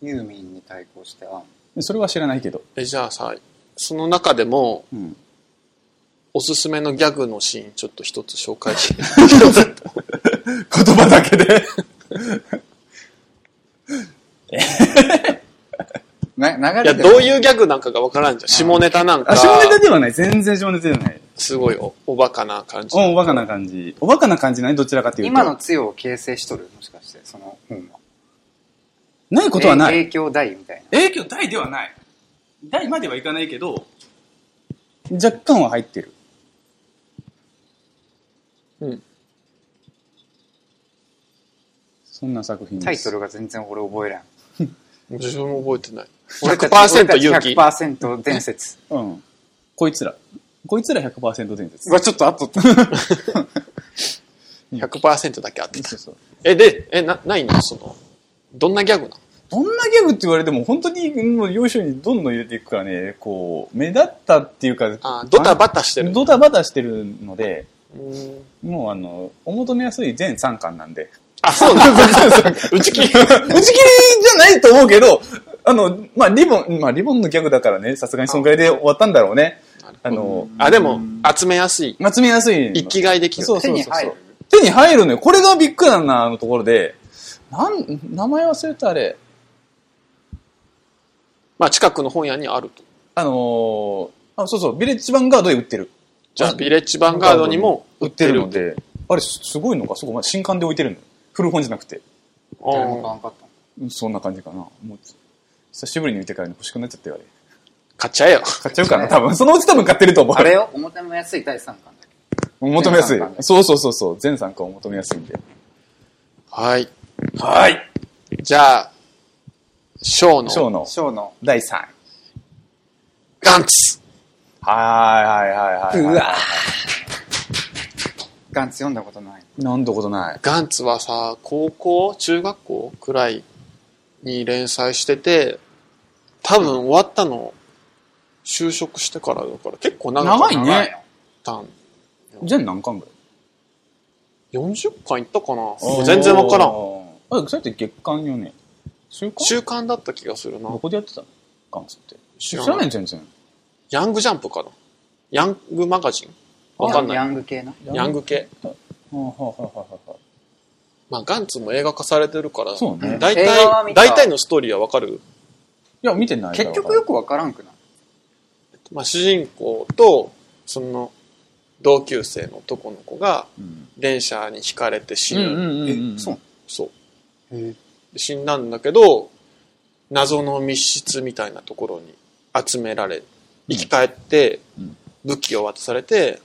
B: たユーミンに対抗してあ
A: それは知らないけど。
C: え、じゃあさ、その中でも、
A: うん。
C: おすすめのギャグのシーン、ちょっと一つ紹介して。
A: [LAUGHS] 言葉だけで。
B: な
C: い
B: 流
C: や、
B: れて
C: どういうギャグなんかがわからんじゃん。下ネタなんか
A: [LAUGHS] あ、、下ネタではない。全然下ネタではない。
C: すごいおおバカな感じ。
A: おおバカな感じ。おバカな感じないどちらかというと。
B: 今のつよを形成しとるもしかしてその本は
A: ないことはない。
B: 影響大みたいな
A: 影響大ではない。大まではいかないけど、若干は入ってる。
C: うん。
A: そんな作品です。
B: タイトルが全然俺覚えらん
C: 自分も覚えて
A: [LAUGHS]
C: ない。
B: 俺たち
C: 100%勇気。
B: 俺たち100%伝説
A: うん。こいつら。こいつら100%伝説。
B: うわちょっとあ
C: [LAUGHS]
B: っとった
C: 100%だけあってた。
A: そうそう
C: え、で、え、な、ないのその、どんなギャグなの
A: どんなギャグって言われても、本当にもう要所にどんどん入れていくからね、こう、目立ったっていうか、
C: あ、ドタバタしてる。
A: ドタバタしてるので、
C: うん
A: もうあの、お求めやすい全3巻な
C: [LAUGHS]
A: んで。
C: あ、そうなの
A: [LAUGHS]
C: 打ち切り。
A: 打ち切りじゃないと思うけど、あの、まあ、リボン、まあ、リボンのギャグだからね、さすがにそのぐらいで終わったんだろうね。あの、
C: あ、でも、集めやすい。
A: 集めやすいの。
C: 生きがいできる。
A: そう
B: 手
A: そう
B: に
A: そう
B: 入
A: そう
B: る。
A: 手に入るのよ。これがびっくりなんな、あのところで。なん、名前忘れたあれ。
C: まあ、近くの本屋にあると。
A: あのーあ、そうそう、ビレッジヴァンガードで売ってる。
C: じゃあ、
A: あ
C: ビレッジヴァンガードにも
A: 売
C: 売
A: っ
C: ってて
A: る
C: る
A: の。で、あれすすごいのか、そこ、まあ、新刊で置いてるの。古本じゃなくて。
B: 誰も買
C: あー
B: わんかった
A: うんそんな感じかな。もう、久しぶりに見てから欲しくなっちゃったよ、あれ。
C: 買っちゃえよ。
A: 買っちゃうかな、多分。そのうち多分買ってると思う。
B: あれよ表も安い第3巻だけ
A: 求めやすい
B: 全参加。
A: そうそうそうそう。全参加を求めやすいんで。
C: はい。
A: はい。
C: じゃあ、ショーの。
A: ショーの
B: どショーの
A: 第3位。
C: ガンツ
A: はいはいはいはい、はい。
B: うわガンツ読んだことない
A: なんてことない。
C: ガンツはさ、高校中学校くらいに連載してて、多分終わったの、就職してからだから、結構長かっ
A: 長いね
C: たん。
A: 全何巻ぐらい
C: 40巻いったかな全然わからん。
A: ん。あ、それって月間よね。週刊
C: 週刊だった気がするな
A: ど。こでやってたの関数って。
C: 知
A: 知
C: ら
A: ら
C: な。
A: ないい全然。
C: ヤングジャンプかなヤングマガジンわ
B: わ
C: か
B: か
C: ん
B: ん
C: な
B: ないいヤング系な
C: ヤング系。
A: はいはいはいはい。
C: まあ、ガンツも映画化されてるから、
A: そうね
C: 大
B: 映画は見
C: 体、
B: た
C: 大体のストーリーはわかる。
A: いや、見てないから
B: 結局よくわからんくない
C: まあ、主人公と、その、同級生の男の子が、
A: うん。
C: 電車にひかれて死
A: うん
C: ぬ。
A: うんうん。
B: えそう
C: そう。
B: へ
C: で死んだんだけど、謎の密室みたいなところに集められ、生き返って
A: うん、
C: 武器を渡されて、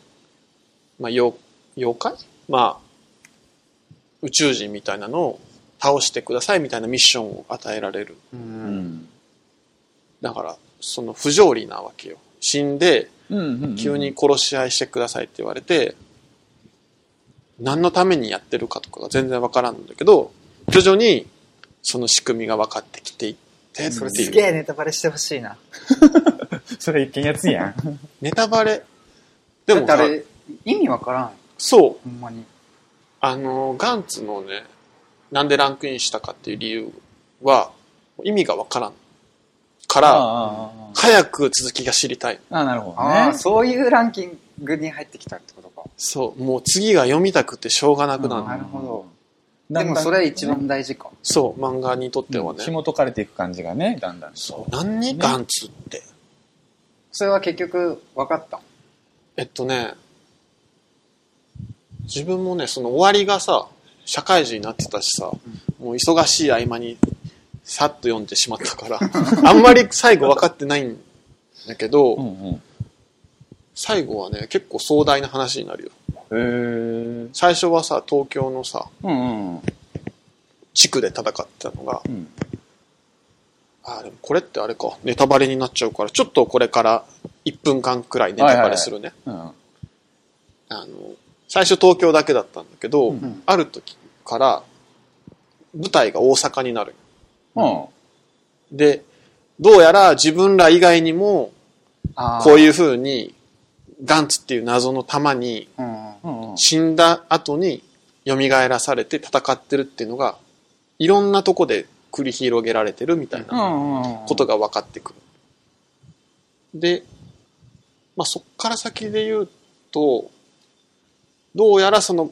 C: まあ、妖妖怪まあ、宇宙人みたいなのを倒してくださいみたいなミッションを与えられる。
B: う
A: うんん。
C: だから、その不条理なわけよ。死んで、
A: うんうんうん。
C: 急に。殺し合いしてくださいって言われて、何のためにやってるかとかが全然わからんんだけど、徐々にその仕組みが分かってきていってっていう、
B: それすげえネタバレしてほしいな
A: それ一見やつやん。
C: ネタバレ。で
B: で
C: も
B: も
C: さ
B: あれ意味わからん
C: そう、
B: ほんまに
C: あの、ガンツのね、なんでランクインしたかっていう理由は、意味がわからん。か
A: あ
C: ら、
A: ああ
C: 早く続きが知りたい。
A: ああ、なるほど
B: ああ
A: ね。
B: そういうランキングに入ってきたってことか
C: そう、もう次が読みたくてしょうがなくなる。
B: んなるほど
A: だ
B: で
A: んだん
B: もそれは一番大事か
C: そう、漫画にとってはね。
A: 紐解かれていく感じがね、だんだん。
C: そう、何、ガンツって。
B: それは結局分かった
C: えっとね、自分もね、その終わりがさ、社会人になってたしさ、もう忙しい合間にさっと読んでしまったから、 [LAUGHS] あんまり最後分かってないんだけど、
A: うん
C: 最後はね、結構壮大な話になるよ。
A: うん。へえ。
C: 最初はさ、東京のさ、
A: うんうん。
C: 地区で戦ってたのが、
A: うん
C: あーでもこれってあれか、ネタバレになっちゃうから、ちょっとこれから1分間くらいネタバレするね。
A: うん。
C: あの、最初東京だけだったんだけど、
A: うん
C: ある時から舞台が大阪になる。
A: うん。
C: で、どうやら自分ら以外にも、
B: あー
C: こういう風に、ガンツっていう謎の玉に、
B: うん。
A: うんうん。
C: 死んだ後に蘇らされて戦ってるっていうのが、いろんなとこで繰り広げられてるみたいなことが分かってくる。で、まあ、そっから先で言うと、どうやらその、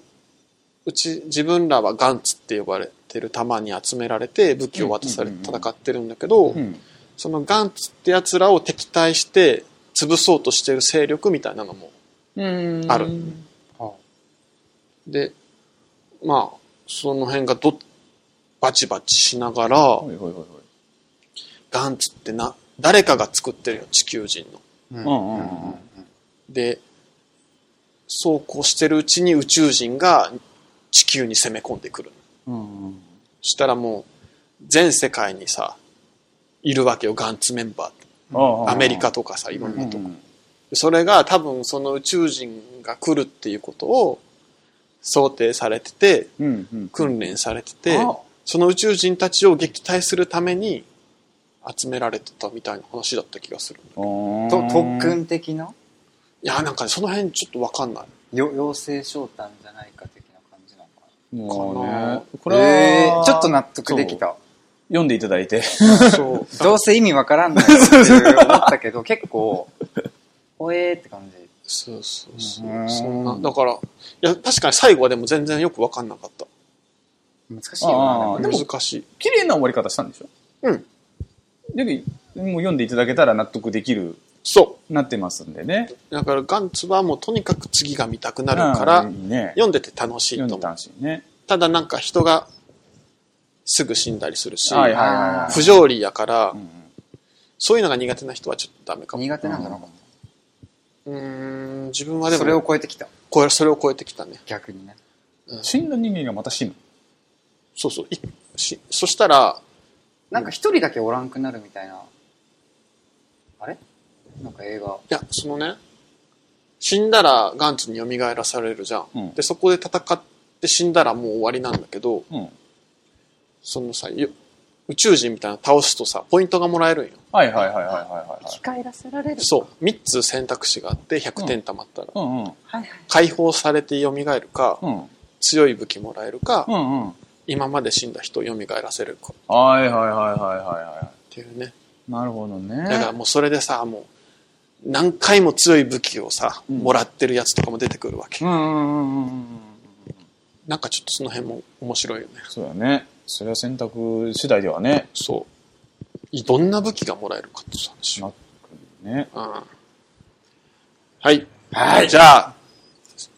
C: うち自分らはガンツって呼ばれてる弾に集められて武器を渡され
A: うんうん
C: て
A: うんうん
C: 戦ってるんだけど、
A: うん。
C: そのガンツって奴らを敵対して潰そうとしてる勢力みたいなのも
A: うん。
C: ある
B: あ
C: で、まあ、その辺がど、バチバチしながら
A: ほ、いほいほいほい。
C: ガンツってな、誰かが作ってるよ、地球人の。
B: うん
A: うんうんうん
C: で、そうこうしてるうちに宇宙人が地球に攻め込んでくる。
A: うんうん。
C: そしたらもう、全世界にさ、いるわけよ、ガンツメンバーって。
A: ああ
C: アメリカとかさ、いろん
A: う
C: なんとこ。
A: うん
C: それが多分その宇宙人が来るっていうことを想定されてて、
A: うんうん。
C: 訓練されてて、
A: あ
C: その宇宙人たちを撃退するために集められてたみたいな話だった気がする。
A: と
B: と特。訓的ない
C: や、なんかねその辺ちょっとわかん
A: [LAUGHS]
C: ない。
B: よ妖精召喚じゃないか的な感じなのか
A: もう
C: かな
A: ね。こ
B: な
A: れは、
B: ちょっと納得できた
A: 読んでいただいて。 [LAUGHS]
C: そう。
B: どうせ意味わからんのよって思ったけど結構おえーって感じ
C: そうそうそうう。
B: ん
C: そんな、だから、いや、確かに最後はでも全然よくわかんなかった。
B: 難しいよ
A: あ
B: な
A: ー
B: でも
A: も
C: 難しい。
A: 綺麗な終わり方したんでしょ
C: うん。
A: だけどもう読んでいただけたら納得できる、
C: そ
A: なってますんでね。
C: う。だからガンツはもうとにかく次が見たくなるから、
A: うんいいね。
C: 読んでて楽しい
A: 読ん
C: と
A: で
C: 思う。
A: たしね。
C: ただなんか人がすぐ死んだりするし、
A: はいはいはいはい。
C: 不条理やから、
A: うん
C: そういうのが苦手な人はちょっとダメかも。
B: 苦手なんだなこ
C: うーん、自分は
B: れ
C: でも、
B: それを超えてきた
C: これそれを超えてきたね。
B: 逆にね
C: うん
A: 死んだ人間がまた死ぬ。
C: そうそう。いしそしたら、
B: なんか一人だけおらんくなるみたいなあれなんか映画
C: いや、そのね、死んだらガンツに蘇らされるじゃん。
A: うん
C: で、そこで戦って死んだらもう終わりなんだけど、
A: うん。
C: そのさ、よ宇宙人みたいなの倒すとさ、ポイントがもらえるんよ。
A: はいはいはいはいはいはいはい。
B: 返らせられ
C: そう。3つ選択肢があって、100点貯まったら。
A: うんうん。
B: はいはい
C: 解放されて蘇るか、
A: うん。
C: 強い武器もらえるか、
A: うんうん。
C: 今まで死んだ人を蘇らせるかっ
A: はいはいはいはいはいは
C: ていうね。
A: い。なるほどね。
C: だからもうそれでさ、もう、何回も強い武器をさ、
A: うん
C: もらってるやつとかも出てくるわけ。
A: うんうんうんうんうん。
C: なんかちょっとその辺も面白いよね。
A: そうだね。それは選択次第ではね。
C: そう。いどんな武器がもらえるかって話。うん。
A: なね。
C: はい。
B: はい
C: じゃあ、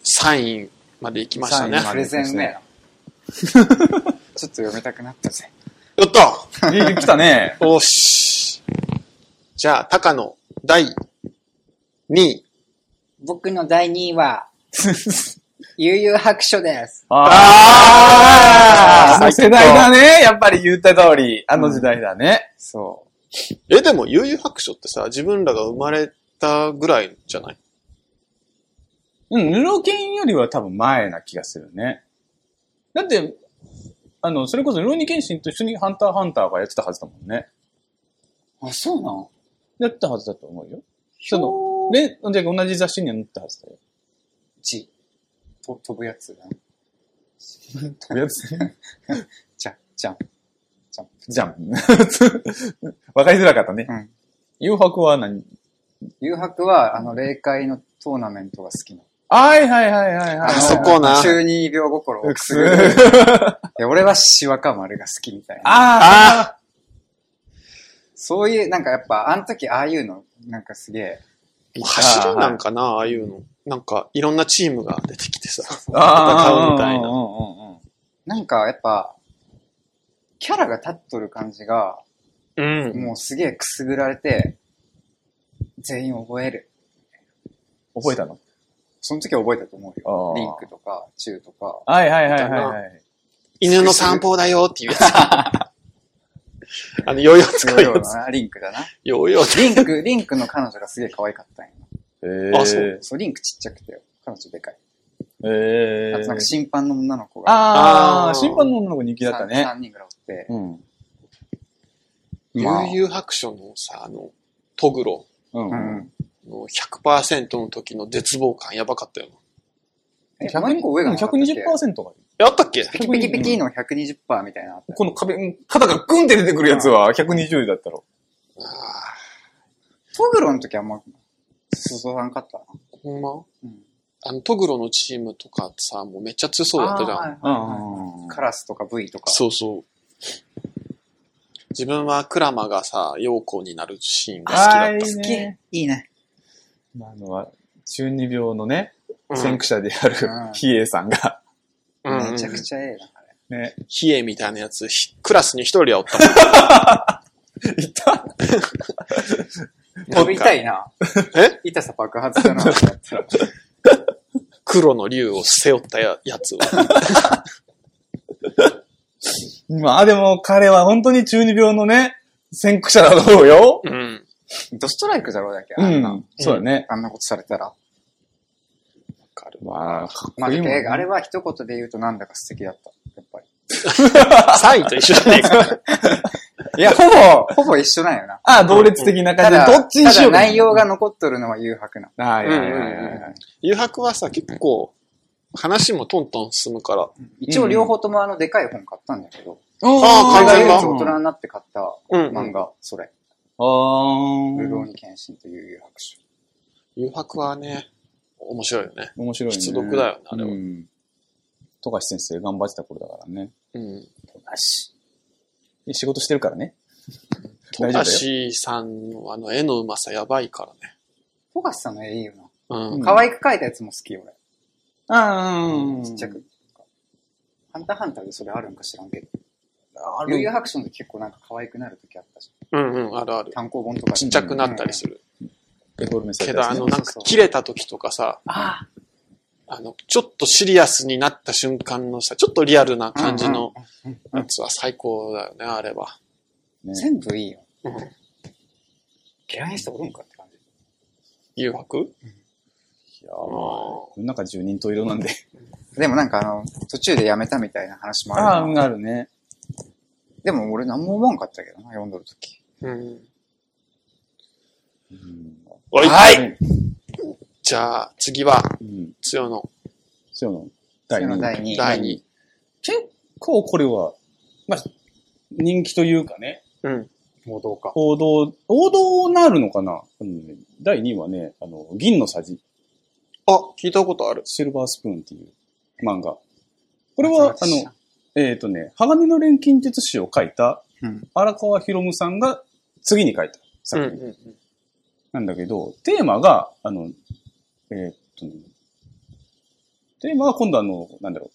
C: サインまで行きましたね
A: サイン。ま
B: プ
A: で
B: レゼ
C: [LAUGHS]
B: ンねちょっと読めたくなったぜ
C: やった
A: えー、来たね。
C: おし。じゃあ、高野第2位。
B: 僕の第2位は、 [LAUGHS] 悠々白書です。
A: あ
C: あー
A: あ世代だね。やっぱり言った通り。あの時代だね。
B: そ
C: え、でも、悠々白書ってさ、自分らが生まれたぐらいじゃない
A: うん、布犬よりは多分前な気がするね。だって、あの、それこそ、ルーニケンシンと一緒にハンターハンターがやってたはずだもんね。
B: う。あ、そうなの
A: やってたはずだと思うよ。その、ね、で、同じ雑誌には載ったはずだよ。
B: ち。と、飛ぶやつだな。
A: とりあえずね
B: じゃ、じゃん。
A: [LAUGHS] じゃん。 [LAUGHS] わかりづらかったね。
B: うん。
A: 誘惑は何
B: 悠白は、あの、霊界のトーナメントが好きなの。
A: はいはいはいはいはい。
B: の
C: そこな
B: 中二病心をくすぐる。いや、俺はシワカ丸が好きみたいな。
A: ああ
B: そういう、なんかやっぱ、あの時ああいうの、なんかすげえ。
C: もう走りなんかな、ああいうの。なんか、いろんなチームが出てきてさ。戦
A: あ
C: うみたいな
A: うんうんうんうん
B: なんかやっぱ、キャラが立っとる感じが、
C: うん。
B: もうすげえくすぐられて、全員覚える。
A: 覚えたの
B: その時は覚えたと思う
A: あ
B: よ。
A: ー
B: リンクとか、チューとか。
A: はいはいはいはいはい。
C: 犬の散歩だよって [LAUGHS] いうやつ。あの、ヨーヨー使う
B: ヨーヨ
C: や
B: ー
C: つ。
B: だな、リンクだな。
C: ヨーヨー
B: リンク、 [LAUGHS] リンクの彼女がすげえ可愛かったんよ。
A: え
C: あそう
B: そう、リンクちっちゃくて、彼女でかい。
A: え
B: あとなんか審判の女の子が、
A: あ
C: あ
A: あ、
C: ー
A: 審判の女の子人気だったね。
B: 3人ぐらいおって、
A: うん。
B: まあ
C: 悠々白書のさ、あの、トグロ
A: うん。
B: うん。
C: の100%の時の絶望感やばかったよ
B: え、もう一個上がなかったっけ
A: ?120% が。
C: な。やったっけ
B: ピキピキピキの120%みたいなのあったよ。
A: この壁、うん肩がグンって出てくるやつは120だったろ。
C: ああ、
B: トグロの時はあんま、想像さんかったな。
C: ほんま
B: うん。
C: あの、トグロのチームとかさ、もうめっちゃ強そうだったじゃん。
B: あーはいはいはいカラスとか V とか。
C: そうそう。自分はクラマがさ、陽光になるシーンが好きだっ
A: 好
C: た。
B: 好き。いいね。
A: あのは、中二病のね、
C: うん
A: 先駆者である
B: うん
A: 比叡さんが、
C: うん
B: めちゃくちゃええな、あれ。
A: ね、
C: ヒエみたいなやつ、ひクラスに一人はおったもん。
A: [LAUGHS] いた
C: なんか
B: [LAUGHS] 飛びたいな。
C: え
B: 痛さ爆発だな、と思ったら。
C: 黒の竜を背負ったややつは。
A: まあでも彼は本当に中二病のね、先駆者だろうよ。
C: うん。
B: ドストライクだろうだけど、
A: う
B: あんな、
A: ん。そうだね。
B: あんなことされたら。
A: まあ、かっ
B: まあ、
A: こいいもん、
B: だけあれは一言で言うとなんだか素敵だった。やっぱり。
C: サイと一緒じゃねえか。
B: いや、ほぼ、ほぼ一緒なんよな。
A: ああ、同列的な
B: た
A: 感じ
B: だ、
A: で、どっちにしよう
B: ただ内容
A: が。
B: が残っとるのは誘白な。
A: はいはいは
C: う
A: い
C: ん
A: はい。
C: 誘白はさ、結構、話もトントン進むから。
B: 一応両方ともあの、でかい本買ったんだけど、
C: あ海
B: 海外
C: 外
B: 唯
C: 版
B: 一大人になって買った
C: うん
B: 漫画、それ。
A: あー
B: ルローニケンシンという誘白書。
C: 誘白はね、面白いよね。
A: 面白いね。
C: 出読だよね、あれは。
A: うん。富樫先生頑張ってた頃だからね。
C: うん。
B: なし。
A: 仕事してるからね。
C: 富
A: 大丈夫だよ
C: 樫さんのあの絵のうまさやばいからね。
B: 富樫さんの絵いいよな。
C: うん。
B: 可愛く描いたやつも好き、俺。
A: あ
B: ちっちゃ
A: く。
B: く。ハンターハンターでそれあるんか知らんけど。
A: あ
B: 幽遊白書で結構なんか可愛くなる時あったじ
C: うんうん、あるある
B: ゃん。。単行本とかで
C: ちっちゃくなったりする。
A: デフォルメさ
C: け
A: れ
C: ど、
A: た
C: あ
A: やつ
C: の、
A: ね。
C: なんか切れた時とかさ、
B: あ
C: あの、ちょっとシリアスになった瞬間のさ、ちょっとリアルな感じのやつは最高だよね、あれは。
B: あ、
A: ね
B: 全部いいよ。
C: うん。
B: 嫌いにしたことんかって感じ。
C: 誘惑
A: いやーまあ世の中十人十色なんで。
B: でもなんかあの、途中でやめたみたいな話もあ
A: あ
B: る
A: ー
B: な。
A: あるね。
B: でも俺何も思わんかったけどな、読んどる時。
C: うん。
A: うん
C: はいじゃあ、次は、
A: うん。
C: 強野。
A: そうなの。
B: そ
A: 第
B: れの
A: 2
B: 第二。
C: 第二。
A: 結構これは、まあ、人気というかね、
C: うん。
B: 報道か。
A: 王道、王道なるのかな、うん、第2位はね、あの、銀のさじ、
C: あ、聞いたことある。
A: シルバースプーンっていう漫画。これは、あ
B: 松
A: の
B: 崎、
A: えっ、とね、鋼の錬金術師を書いた
B: さん、うん。
A: 荒川博夢さんが次に書い
C: うん
A: た作品
C: うん
A: なんだけど、テーマが、あの、えーっとね、テーマは今度あの、なんだろ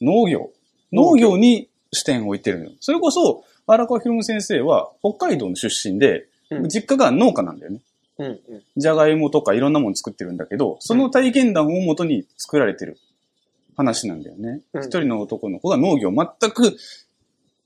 A: う、農業。農業に視点を置いてるのよ。それこそ、荒川博夢先生は北海道の出身で、
C: うん
A: 実家が農家なんだよね。
C: うん。うんうん。
A: じゃがいもとかいろんなもの作ってるんだけど、その体験談を元に作られてる話なんだよね。
C: うん
A: 一人の男の子が農業全く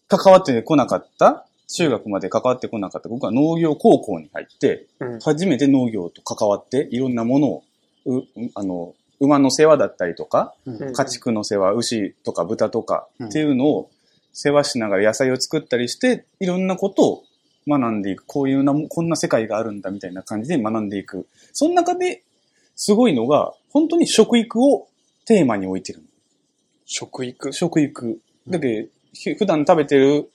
A: 関わってこなかった、中学まで関わってこなかった僕は農業高校に入って、
C: うん
A: 初めて農業と関わっていろんなものを、ううあの、馬の世話だったりとか、
B: うん
A: 家畜の世話、牛とか豚とか
B: うん
A: っていうのを世話しながら野菜を作ったりして、いろんなことを学んでいく。こういうな、こんな世界があるんだみたいな感じで学んでいく。その中で、すごいのが、本当に食育をテーマに置いてる
C: 食育
A: の。食育。だけど、ひ普段食べてる、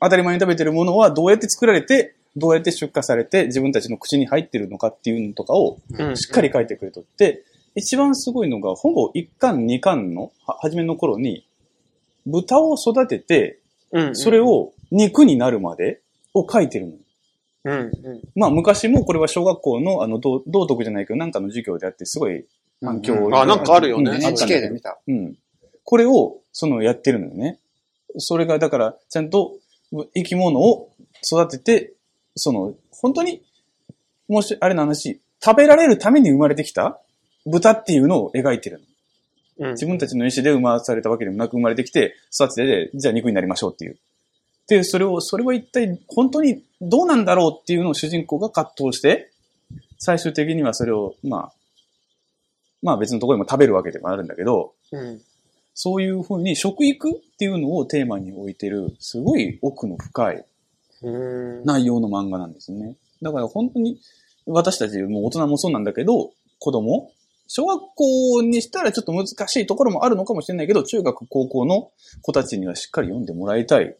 A: 当たり前に食べてるものはどうやって作られて、どうやって出荷されて、自分たちの口に入ってるのかっていうのとかを
C: うん
A: しっかり書いてくれとって、一番すごいのが、ほぼ1巻2巻のは初めの頃に、豚を育てて、
C: うんうん
A: それ、を肉になるまでを書いてるの。
C: うんうん。
A: まあ昔もこれは小学校のあの道道徳じゃないけどなんかの授業であってすごい反響
B: うん
A: を。
B: うん
C: あなんかあるよね
A: うん
B: NHK で見た。
A: うん。これを、その、やってるのよね。それが、だから、ちゃんと、生き物を育てて、その、本当に、もし、あれの話、食べられるために生まれてきた豚っていうのを描いてるの。
C: うん
A: 自分たちの意思で生まされたわけでもなく生まれてきて、育てて、じゃあ肉になりましょうっていう。で、それを、それは一体本当にどうなんだろうっていうのを主人公が葛藤して、最終的にはそれを、まあ、まあ別のところにも食べるわけでもあるんだけど、
C: うん。
A: そういうふうに食育っていうのをテーマに置いてる、すごい奥の深い
C: うん。
A: 内容の漫画なんですね。だから本当に私たちもう大人もそうなんだけど、子供、小学校にしたらちょっと難しいところもあるのかもしれないけど、中学、高校の子たちにはしっかり読んでもらいたい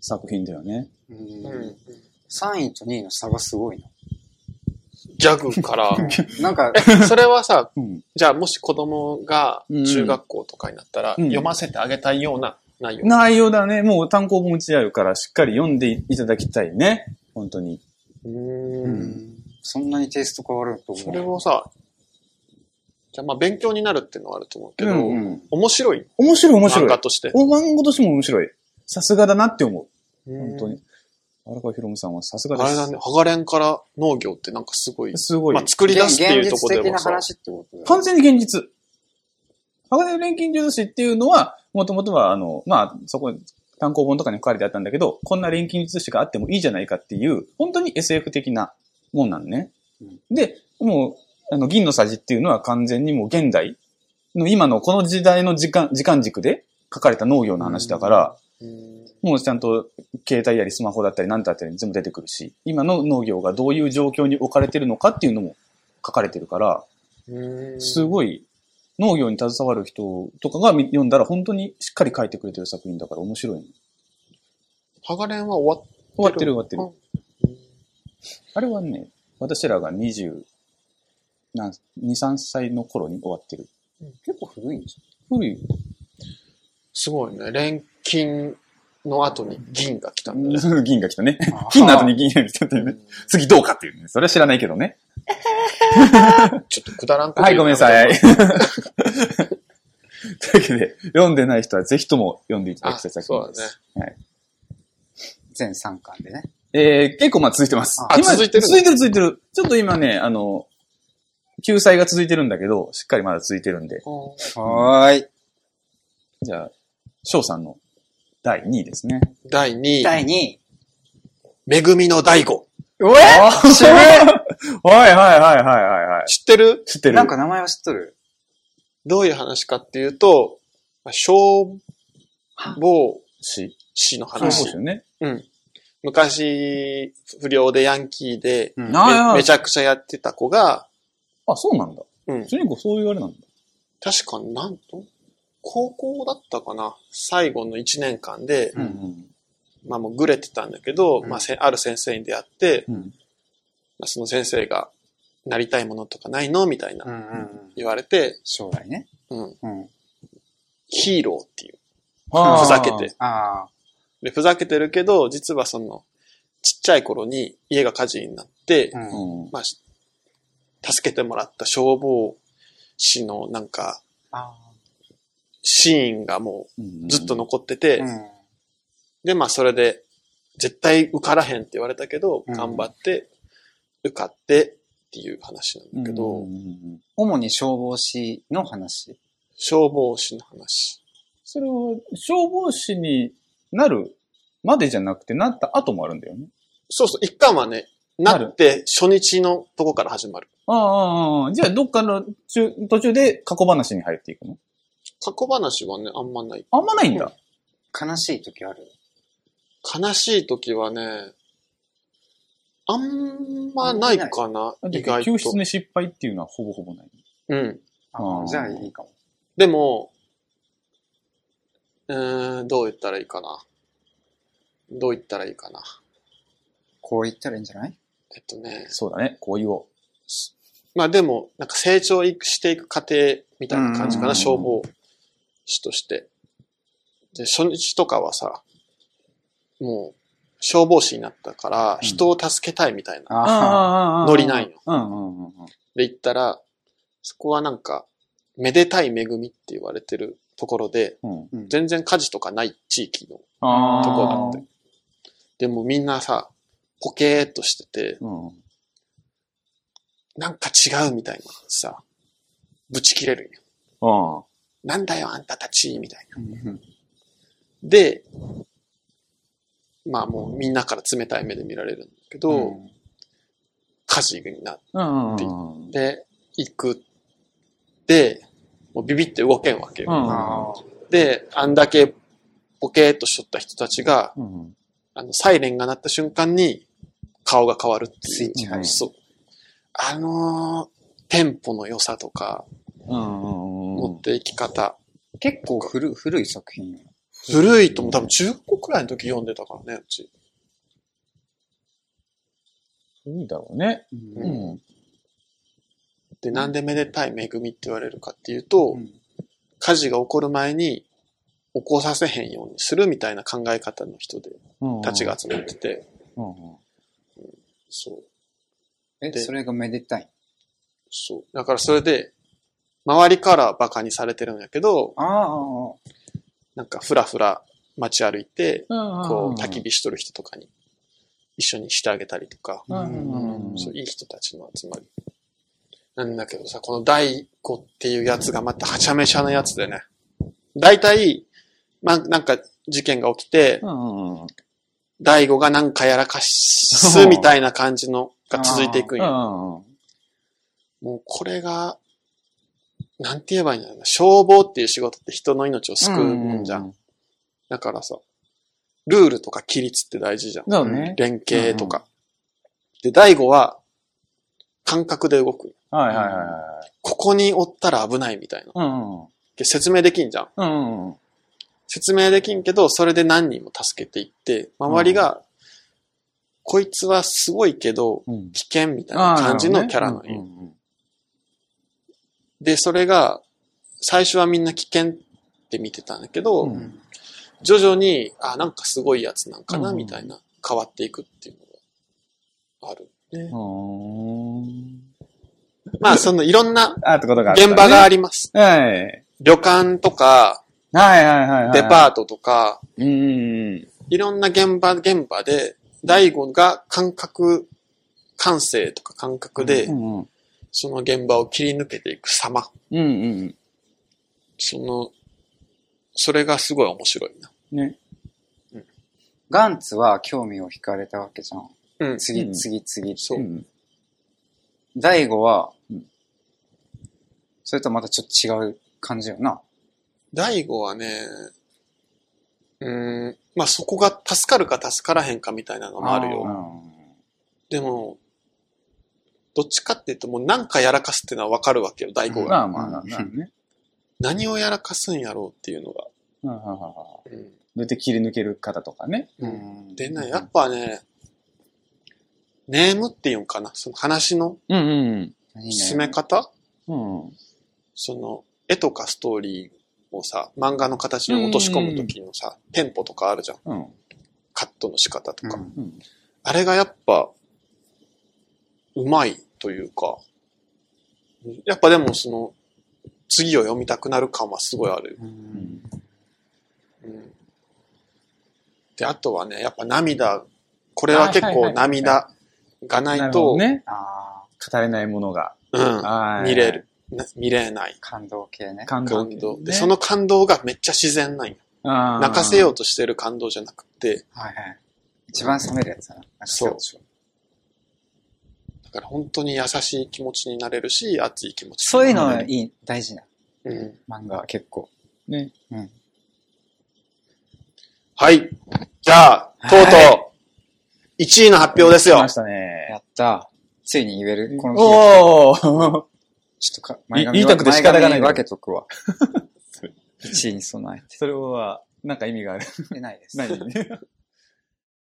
A: 作品だよね。
B: う
C: うん
B: ん。3位と2位の差がすごいな。
C: ギャグから、
B: なんか、
C: [LAUGHS] それはさ、
A: うん。
C: じゃあもし子供が中学校とかになったら、
A: うん
C: 読ませてあげたいような内容。
A: 内容だね。もう単行本打ち合うからしっかり読んでいただきたいね。本当に。
C: うん
A: うん
B: そんなにテイスト変わると思う。
C: それをさ、じゃあまあ勉強になるっていうのはあると思うけど、
A: うん
B: うん。
C: 面白い
A: 面白い面白
C: 漫
A: い
C: 画。として。
A: お漫画としても面白い。さすがだなって思う。本
C: 本
A: 当に。。荒川博夢さんはさす
C: あ
A: が
C: れ
A: です。
C: だね、ハガレンから農業ってなんかすごい、
A: すごい。
C: まあ作り出すっていうところ
B: 現
C: でも
B: 実的
C: さ
B: な、話ってことだよ
A: 完全に現実。鋼の錬金術師っていうのは、もともとは、あの、まあ、そこ、単行本とかに書かれてあったんだけど、こんな錬金術師があってもいいじゃないかっていう、本当に SF 的なもんなのね。で、もう、あの、銀のさじっていうのは完全にもう現代の今のこの時代の時間、時間軸で書かれた農業の話だから、
C: うん
A: もうちゃんと携帯やりスマホだったり何だったり全部出てくるし、今の農業がどういう状況に置かれてるのかっていうのも書かれてるから、
C: うん
A: すごい、農業に携わる人とかが見読んだら本当にしっかり書いてくれてる作品だから面白いの。
C: ハガレンは終わっ
A: 終わってる終わって
C: う。
A: る
C: ん
A: あれはね、私らが20、なん、2、3歳の頃に終わってる。
B: 結構古いんじ
A: 古い。
C: すごいね。錬金の後に銀が来たんだね。
A: [LAUGHS] 銀が来たね。
C: [LAUGHS]
B: ゃん。
A: 金の後に銀が来たっていうね。次どうかっていうね。それは知らないけどね。
C: ちょっとくだらんこと
A: はい、
C: 言う
A: ごめんなさい。。というわけで、読んでない人はぜひとも読んでいただきたい
C: あ
A: 作
C: そうだ
A: 品で
C: ね
A: す。。
B: 全3巻でね。
A: えー、結構まあ続いてます。
C: あ続いてる
A: 続いてる続いてる。ちょっと今ね、あの、救済が続いてるんだけど、しっかりまだ続いてるんで。
B: はーい。
A: じゃあ、翔さんの第2位ですね。
C: 第2位、
B: 第2位。
C: めぐみの大悟。
B: おえ
A: 渋いはいはいはいはいはいはい。
C: 知ってる
A: 知ってる。
B: なんか名前は知っとる
C: どういう話かっていうと、まあ消防
A: し、
C: 士の
A: そうです
C: 話。
A: よね。
C: うん。昔、不良でヤンキーで、
B: うん
A: なあ
C: めめちゃくちゃやってた子が、
A: あ、そうなんだ。
C: うん
A: 主人公そういうあれなんだ。
C: 確かなんと、高校だったかな最後の1年間で、
B: うん
C: まあもうグレてたんだけど、
B: うん
C: まあせある先生に出会って、
A: うん。うん。
C: まあその先生が、なりたいものとかないのみたいな、
B: んうんうん。
C: 言われて、
B: 将来ね。
C: うん、
B: うん。
C: ヒーローっていう。
A: あー
C: ふざけて。。
B: ああ。
C: で、ふざけてるけど、実はその、ちっちゃい頃に家が火事になって、
B: うん。
A: うん。
C: まあ、し助けてもらった消防士のなんか、
B: あ
C: シーンがも
A: うん
C: うずっと。残ってて、
B: ーうん。
C: で、まあそれで、絶対受からへんって言われたけど、
B: うん
C: 頑張って、受かってっていう話なんだけど、
A: うんうんうん
B: 主に消防士の話。
C: 消防士の話。
A: それは、消防士になるまでじゃなくて、なった後もあるんだよね。
C: そうそう、一巻はね、なって初日のとこから始まる。
A: ああああ、ああじゃあどっかの中途中で過去話に入っていくの
C: 過去話はね、あんまない。
A: あんまないんだ。
B: 悲しい時ある。
C: 悲しい時はね、あんまないかな、意
A: だっ
C: 外
A: て
C: と
A: 救。出に失敗っていうのはほぼほぼない。
C: うん。
B: あ
A: あー
B: あ、じゃあいいかも。
C: でも、うーん、どう言ったらいいかな。どう言ったらいいかな。
B: こう言ったらいいんじゃない
C: えっとね。
A: そうだね、こう言おう。
C: まあでも、なんか成長していく過程みたいな感じか
A: うん
C: な、消防士として。で、初日とかはさ、もう、消防士になったから、
A: うん
C: 人を助けたいみたいな。
B: ああ。
A: あ
C: ノリないよ。
A: うんうんうんうん。
C: で、行ったら、そこはなんか、めでたい恵みって言われてるところで、
A: うん、
B: うん
C: 全然火事とかない地域の
A: あ
C: とこ
A: こ
C: があって。でもみんなさ、ポケーっとしてて、
A: うん。
C: なんか違うみたいなさ、ぶち切れるんよ。
A: あ
C: なんだよあんたたち、みたいな。
B: うん
C: で、まあもうみんなから冷たい目で見られるんだけど、火事になっ
A: あ。うん。
C: って
A: うん。
C: て、行くって、もうビビって動けんわけよ。
B: あー
C: で、あんだけポケーっとしとった人たちが、
A: うん。
C: あの、サイレンが鳴った瞬間に顔が変わるっていう。
B: スイッチ
A: 入る
C: そう。あのーテンポの良さとか、
A: うん。
C: 持っていき方。
B: 結構古い古い作品。
C: 古いとも多分中古くらいの時読んでたからね、うち。
A: いいだろうね。
B: う
A: うんん。
C: で、なんでめでたい恵みって言われるかっていうと、
B: うん
C: 火事が起こる前に起こさせへんようにするみたいな考え方の人で、
A: うん。
C: たちが集まってて、
A: うん。
C: そう、
B: え、
C: で
B: それがめでたい。
C: そう。だからそれで、周りからバカにされてるんやけど、
B: ああ、あ
C: なんかふらふら街歩いて、
A: うん。
C: こう、焚き火しとる人とかに一緒にしてあげたりとか、
A: うんうん。
C: そういい人たちの集まり。なんだけどさ、この第五っていうやつがまたはちゃめちゃなやつでね。大体、まあ、なんか事件が起きて
A: う、ん。うん。
C: 第五がなんかやらかすみたいな感じのが続いていくんよ。
A: うん。
C: もうこれが、なんて言えばいいんだろうな。消防っていう仕事って人の命を救うもんじゃん。
A: うん。
C: だからさ、ルールとか規律って大事じゃん。
A: そうね。
C: 連携とか。で、第五は、感覚で動く。
A: はいはいは
C: ここにおったら危ないみたいな。
A: い。うん。
C: で説明できんじゃん。
A: うん。うん。
C: 説明できんけど、それで何人も助けていって、周りが、こいつはすごいけど、
A: うん。
C: 危険みたいな感じのキャラなんよ。で、それが、最初はみんな危険って見てたんだけど、
A: う
B: あ、うんん。
C: 徐々に、あ、なんかすごいやつなんかな、
A: うん
C: みたいな、変わっていくっていうのがある。ね。まあ、そのいろんな
A: あ、ってことが
C: 現場があ
A: り。
C: ります。
A: はい。
C: 旅館とか、
A: はいはいはいはい。
C: デパートとか、
A: ート。うん。
C: いろんな現場、現場で、大悟が感覚、感性とか感覚で
A: う、ん。
C: その現場を切り抜けていく様。
A: うんうん。
C: その、それがすごい面白いな。
A: ね。
B: ガンツは興味を惹かれたわけじゃん。
C: うん。
A: う
B: 次、
A: ん
B: 次、次って。
C: そう
B: 大悟は
A: うん、
B: それとまたちょっと違う感じよな。
C: 大悟はね、うーん、まあそこが助かるか助からへんかみたいなのもある
B: う
C: よ。
A: ん。
C: でも、どっちかって言うともうなんかやらかすっていうのはわかるわけよ、大悟が。
A: まあまあ、なるね。
C: 何をやらかすんやろうっていうのが。
A: ど
C: うん
A: うやって切り抜ける方とかね。
B: うん
C: でね、やっぱね、ネームっていうんかな、その話の
A: うんうん。
B: 何
C: 進め方、
A: うん。
C: その絵とかストーリーをさ、漫画の形に落とし込む時のさ、テンポとかあるじゃん。
A: うん。
C: カットの仕方とか。
B: うん
A: うん。
C: あれがやっぱ、うまいというか、やっぱでもその、次を読みたくなる感はすごいある。
B: うん
C: うん、で、あとはね、やっぱ涙、これは結
A: あはいはい
C: 構
A: はい
C: 涙がな
A: ないるほ
C: と、
A: どね。
B: ああ、
A: 語れないものが。
C: うん、
A: はい。
C: 見れる。。な見れない
B: 感動系ね。
A: 感動。
C: 感動。で、その感動がめっちゃ自然なんよ。
A: 泣
C: 泣かせようとしてる感動じゃなくて、
B: はいはい。一番冷めるやつだな。
C: そう
B: そう。
C: だから本当に優しい気持ちになれるし、熱い気持ち
B: そういうの
C: は
B: はいい、大事な。
C: うん。
B: 漫画は結構。
A: う。ね。
C: はい。じゃあ、とうとう、1位の発表です
A: 来
C: よ
A: ま。したね
B: や。った。ついに言える。この日
A: おー
B: ちょっとか、
A: 言いたくて仕方がな
B: 前
A: い
B: 髪分けと
A: [LAUGHS]
B: くわ。1位に備え
A: [LAUGHS] それは、なんか意味がある。
B: てないです。
A: 何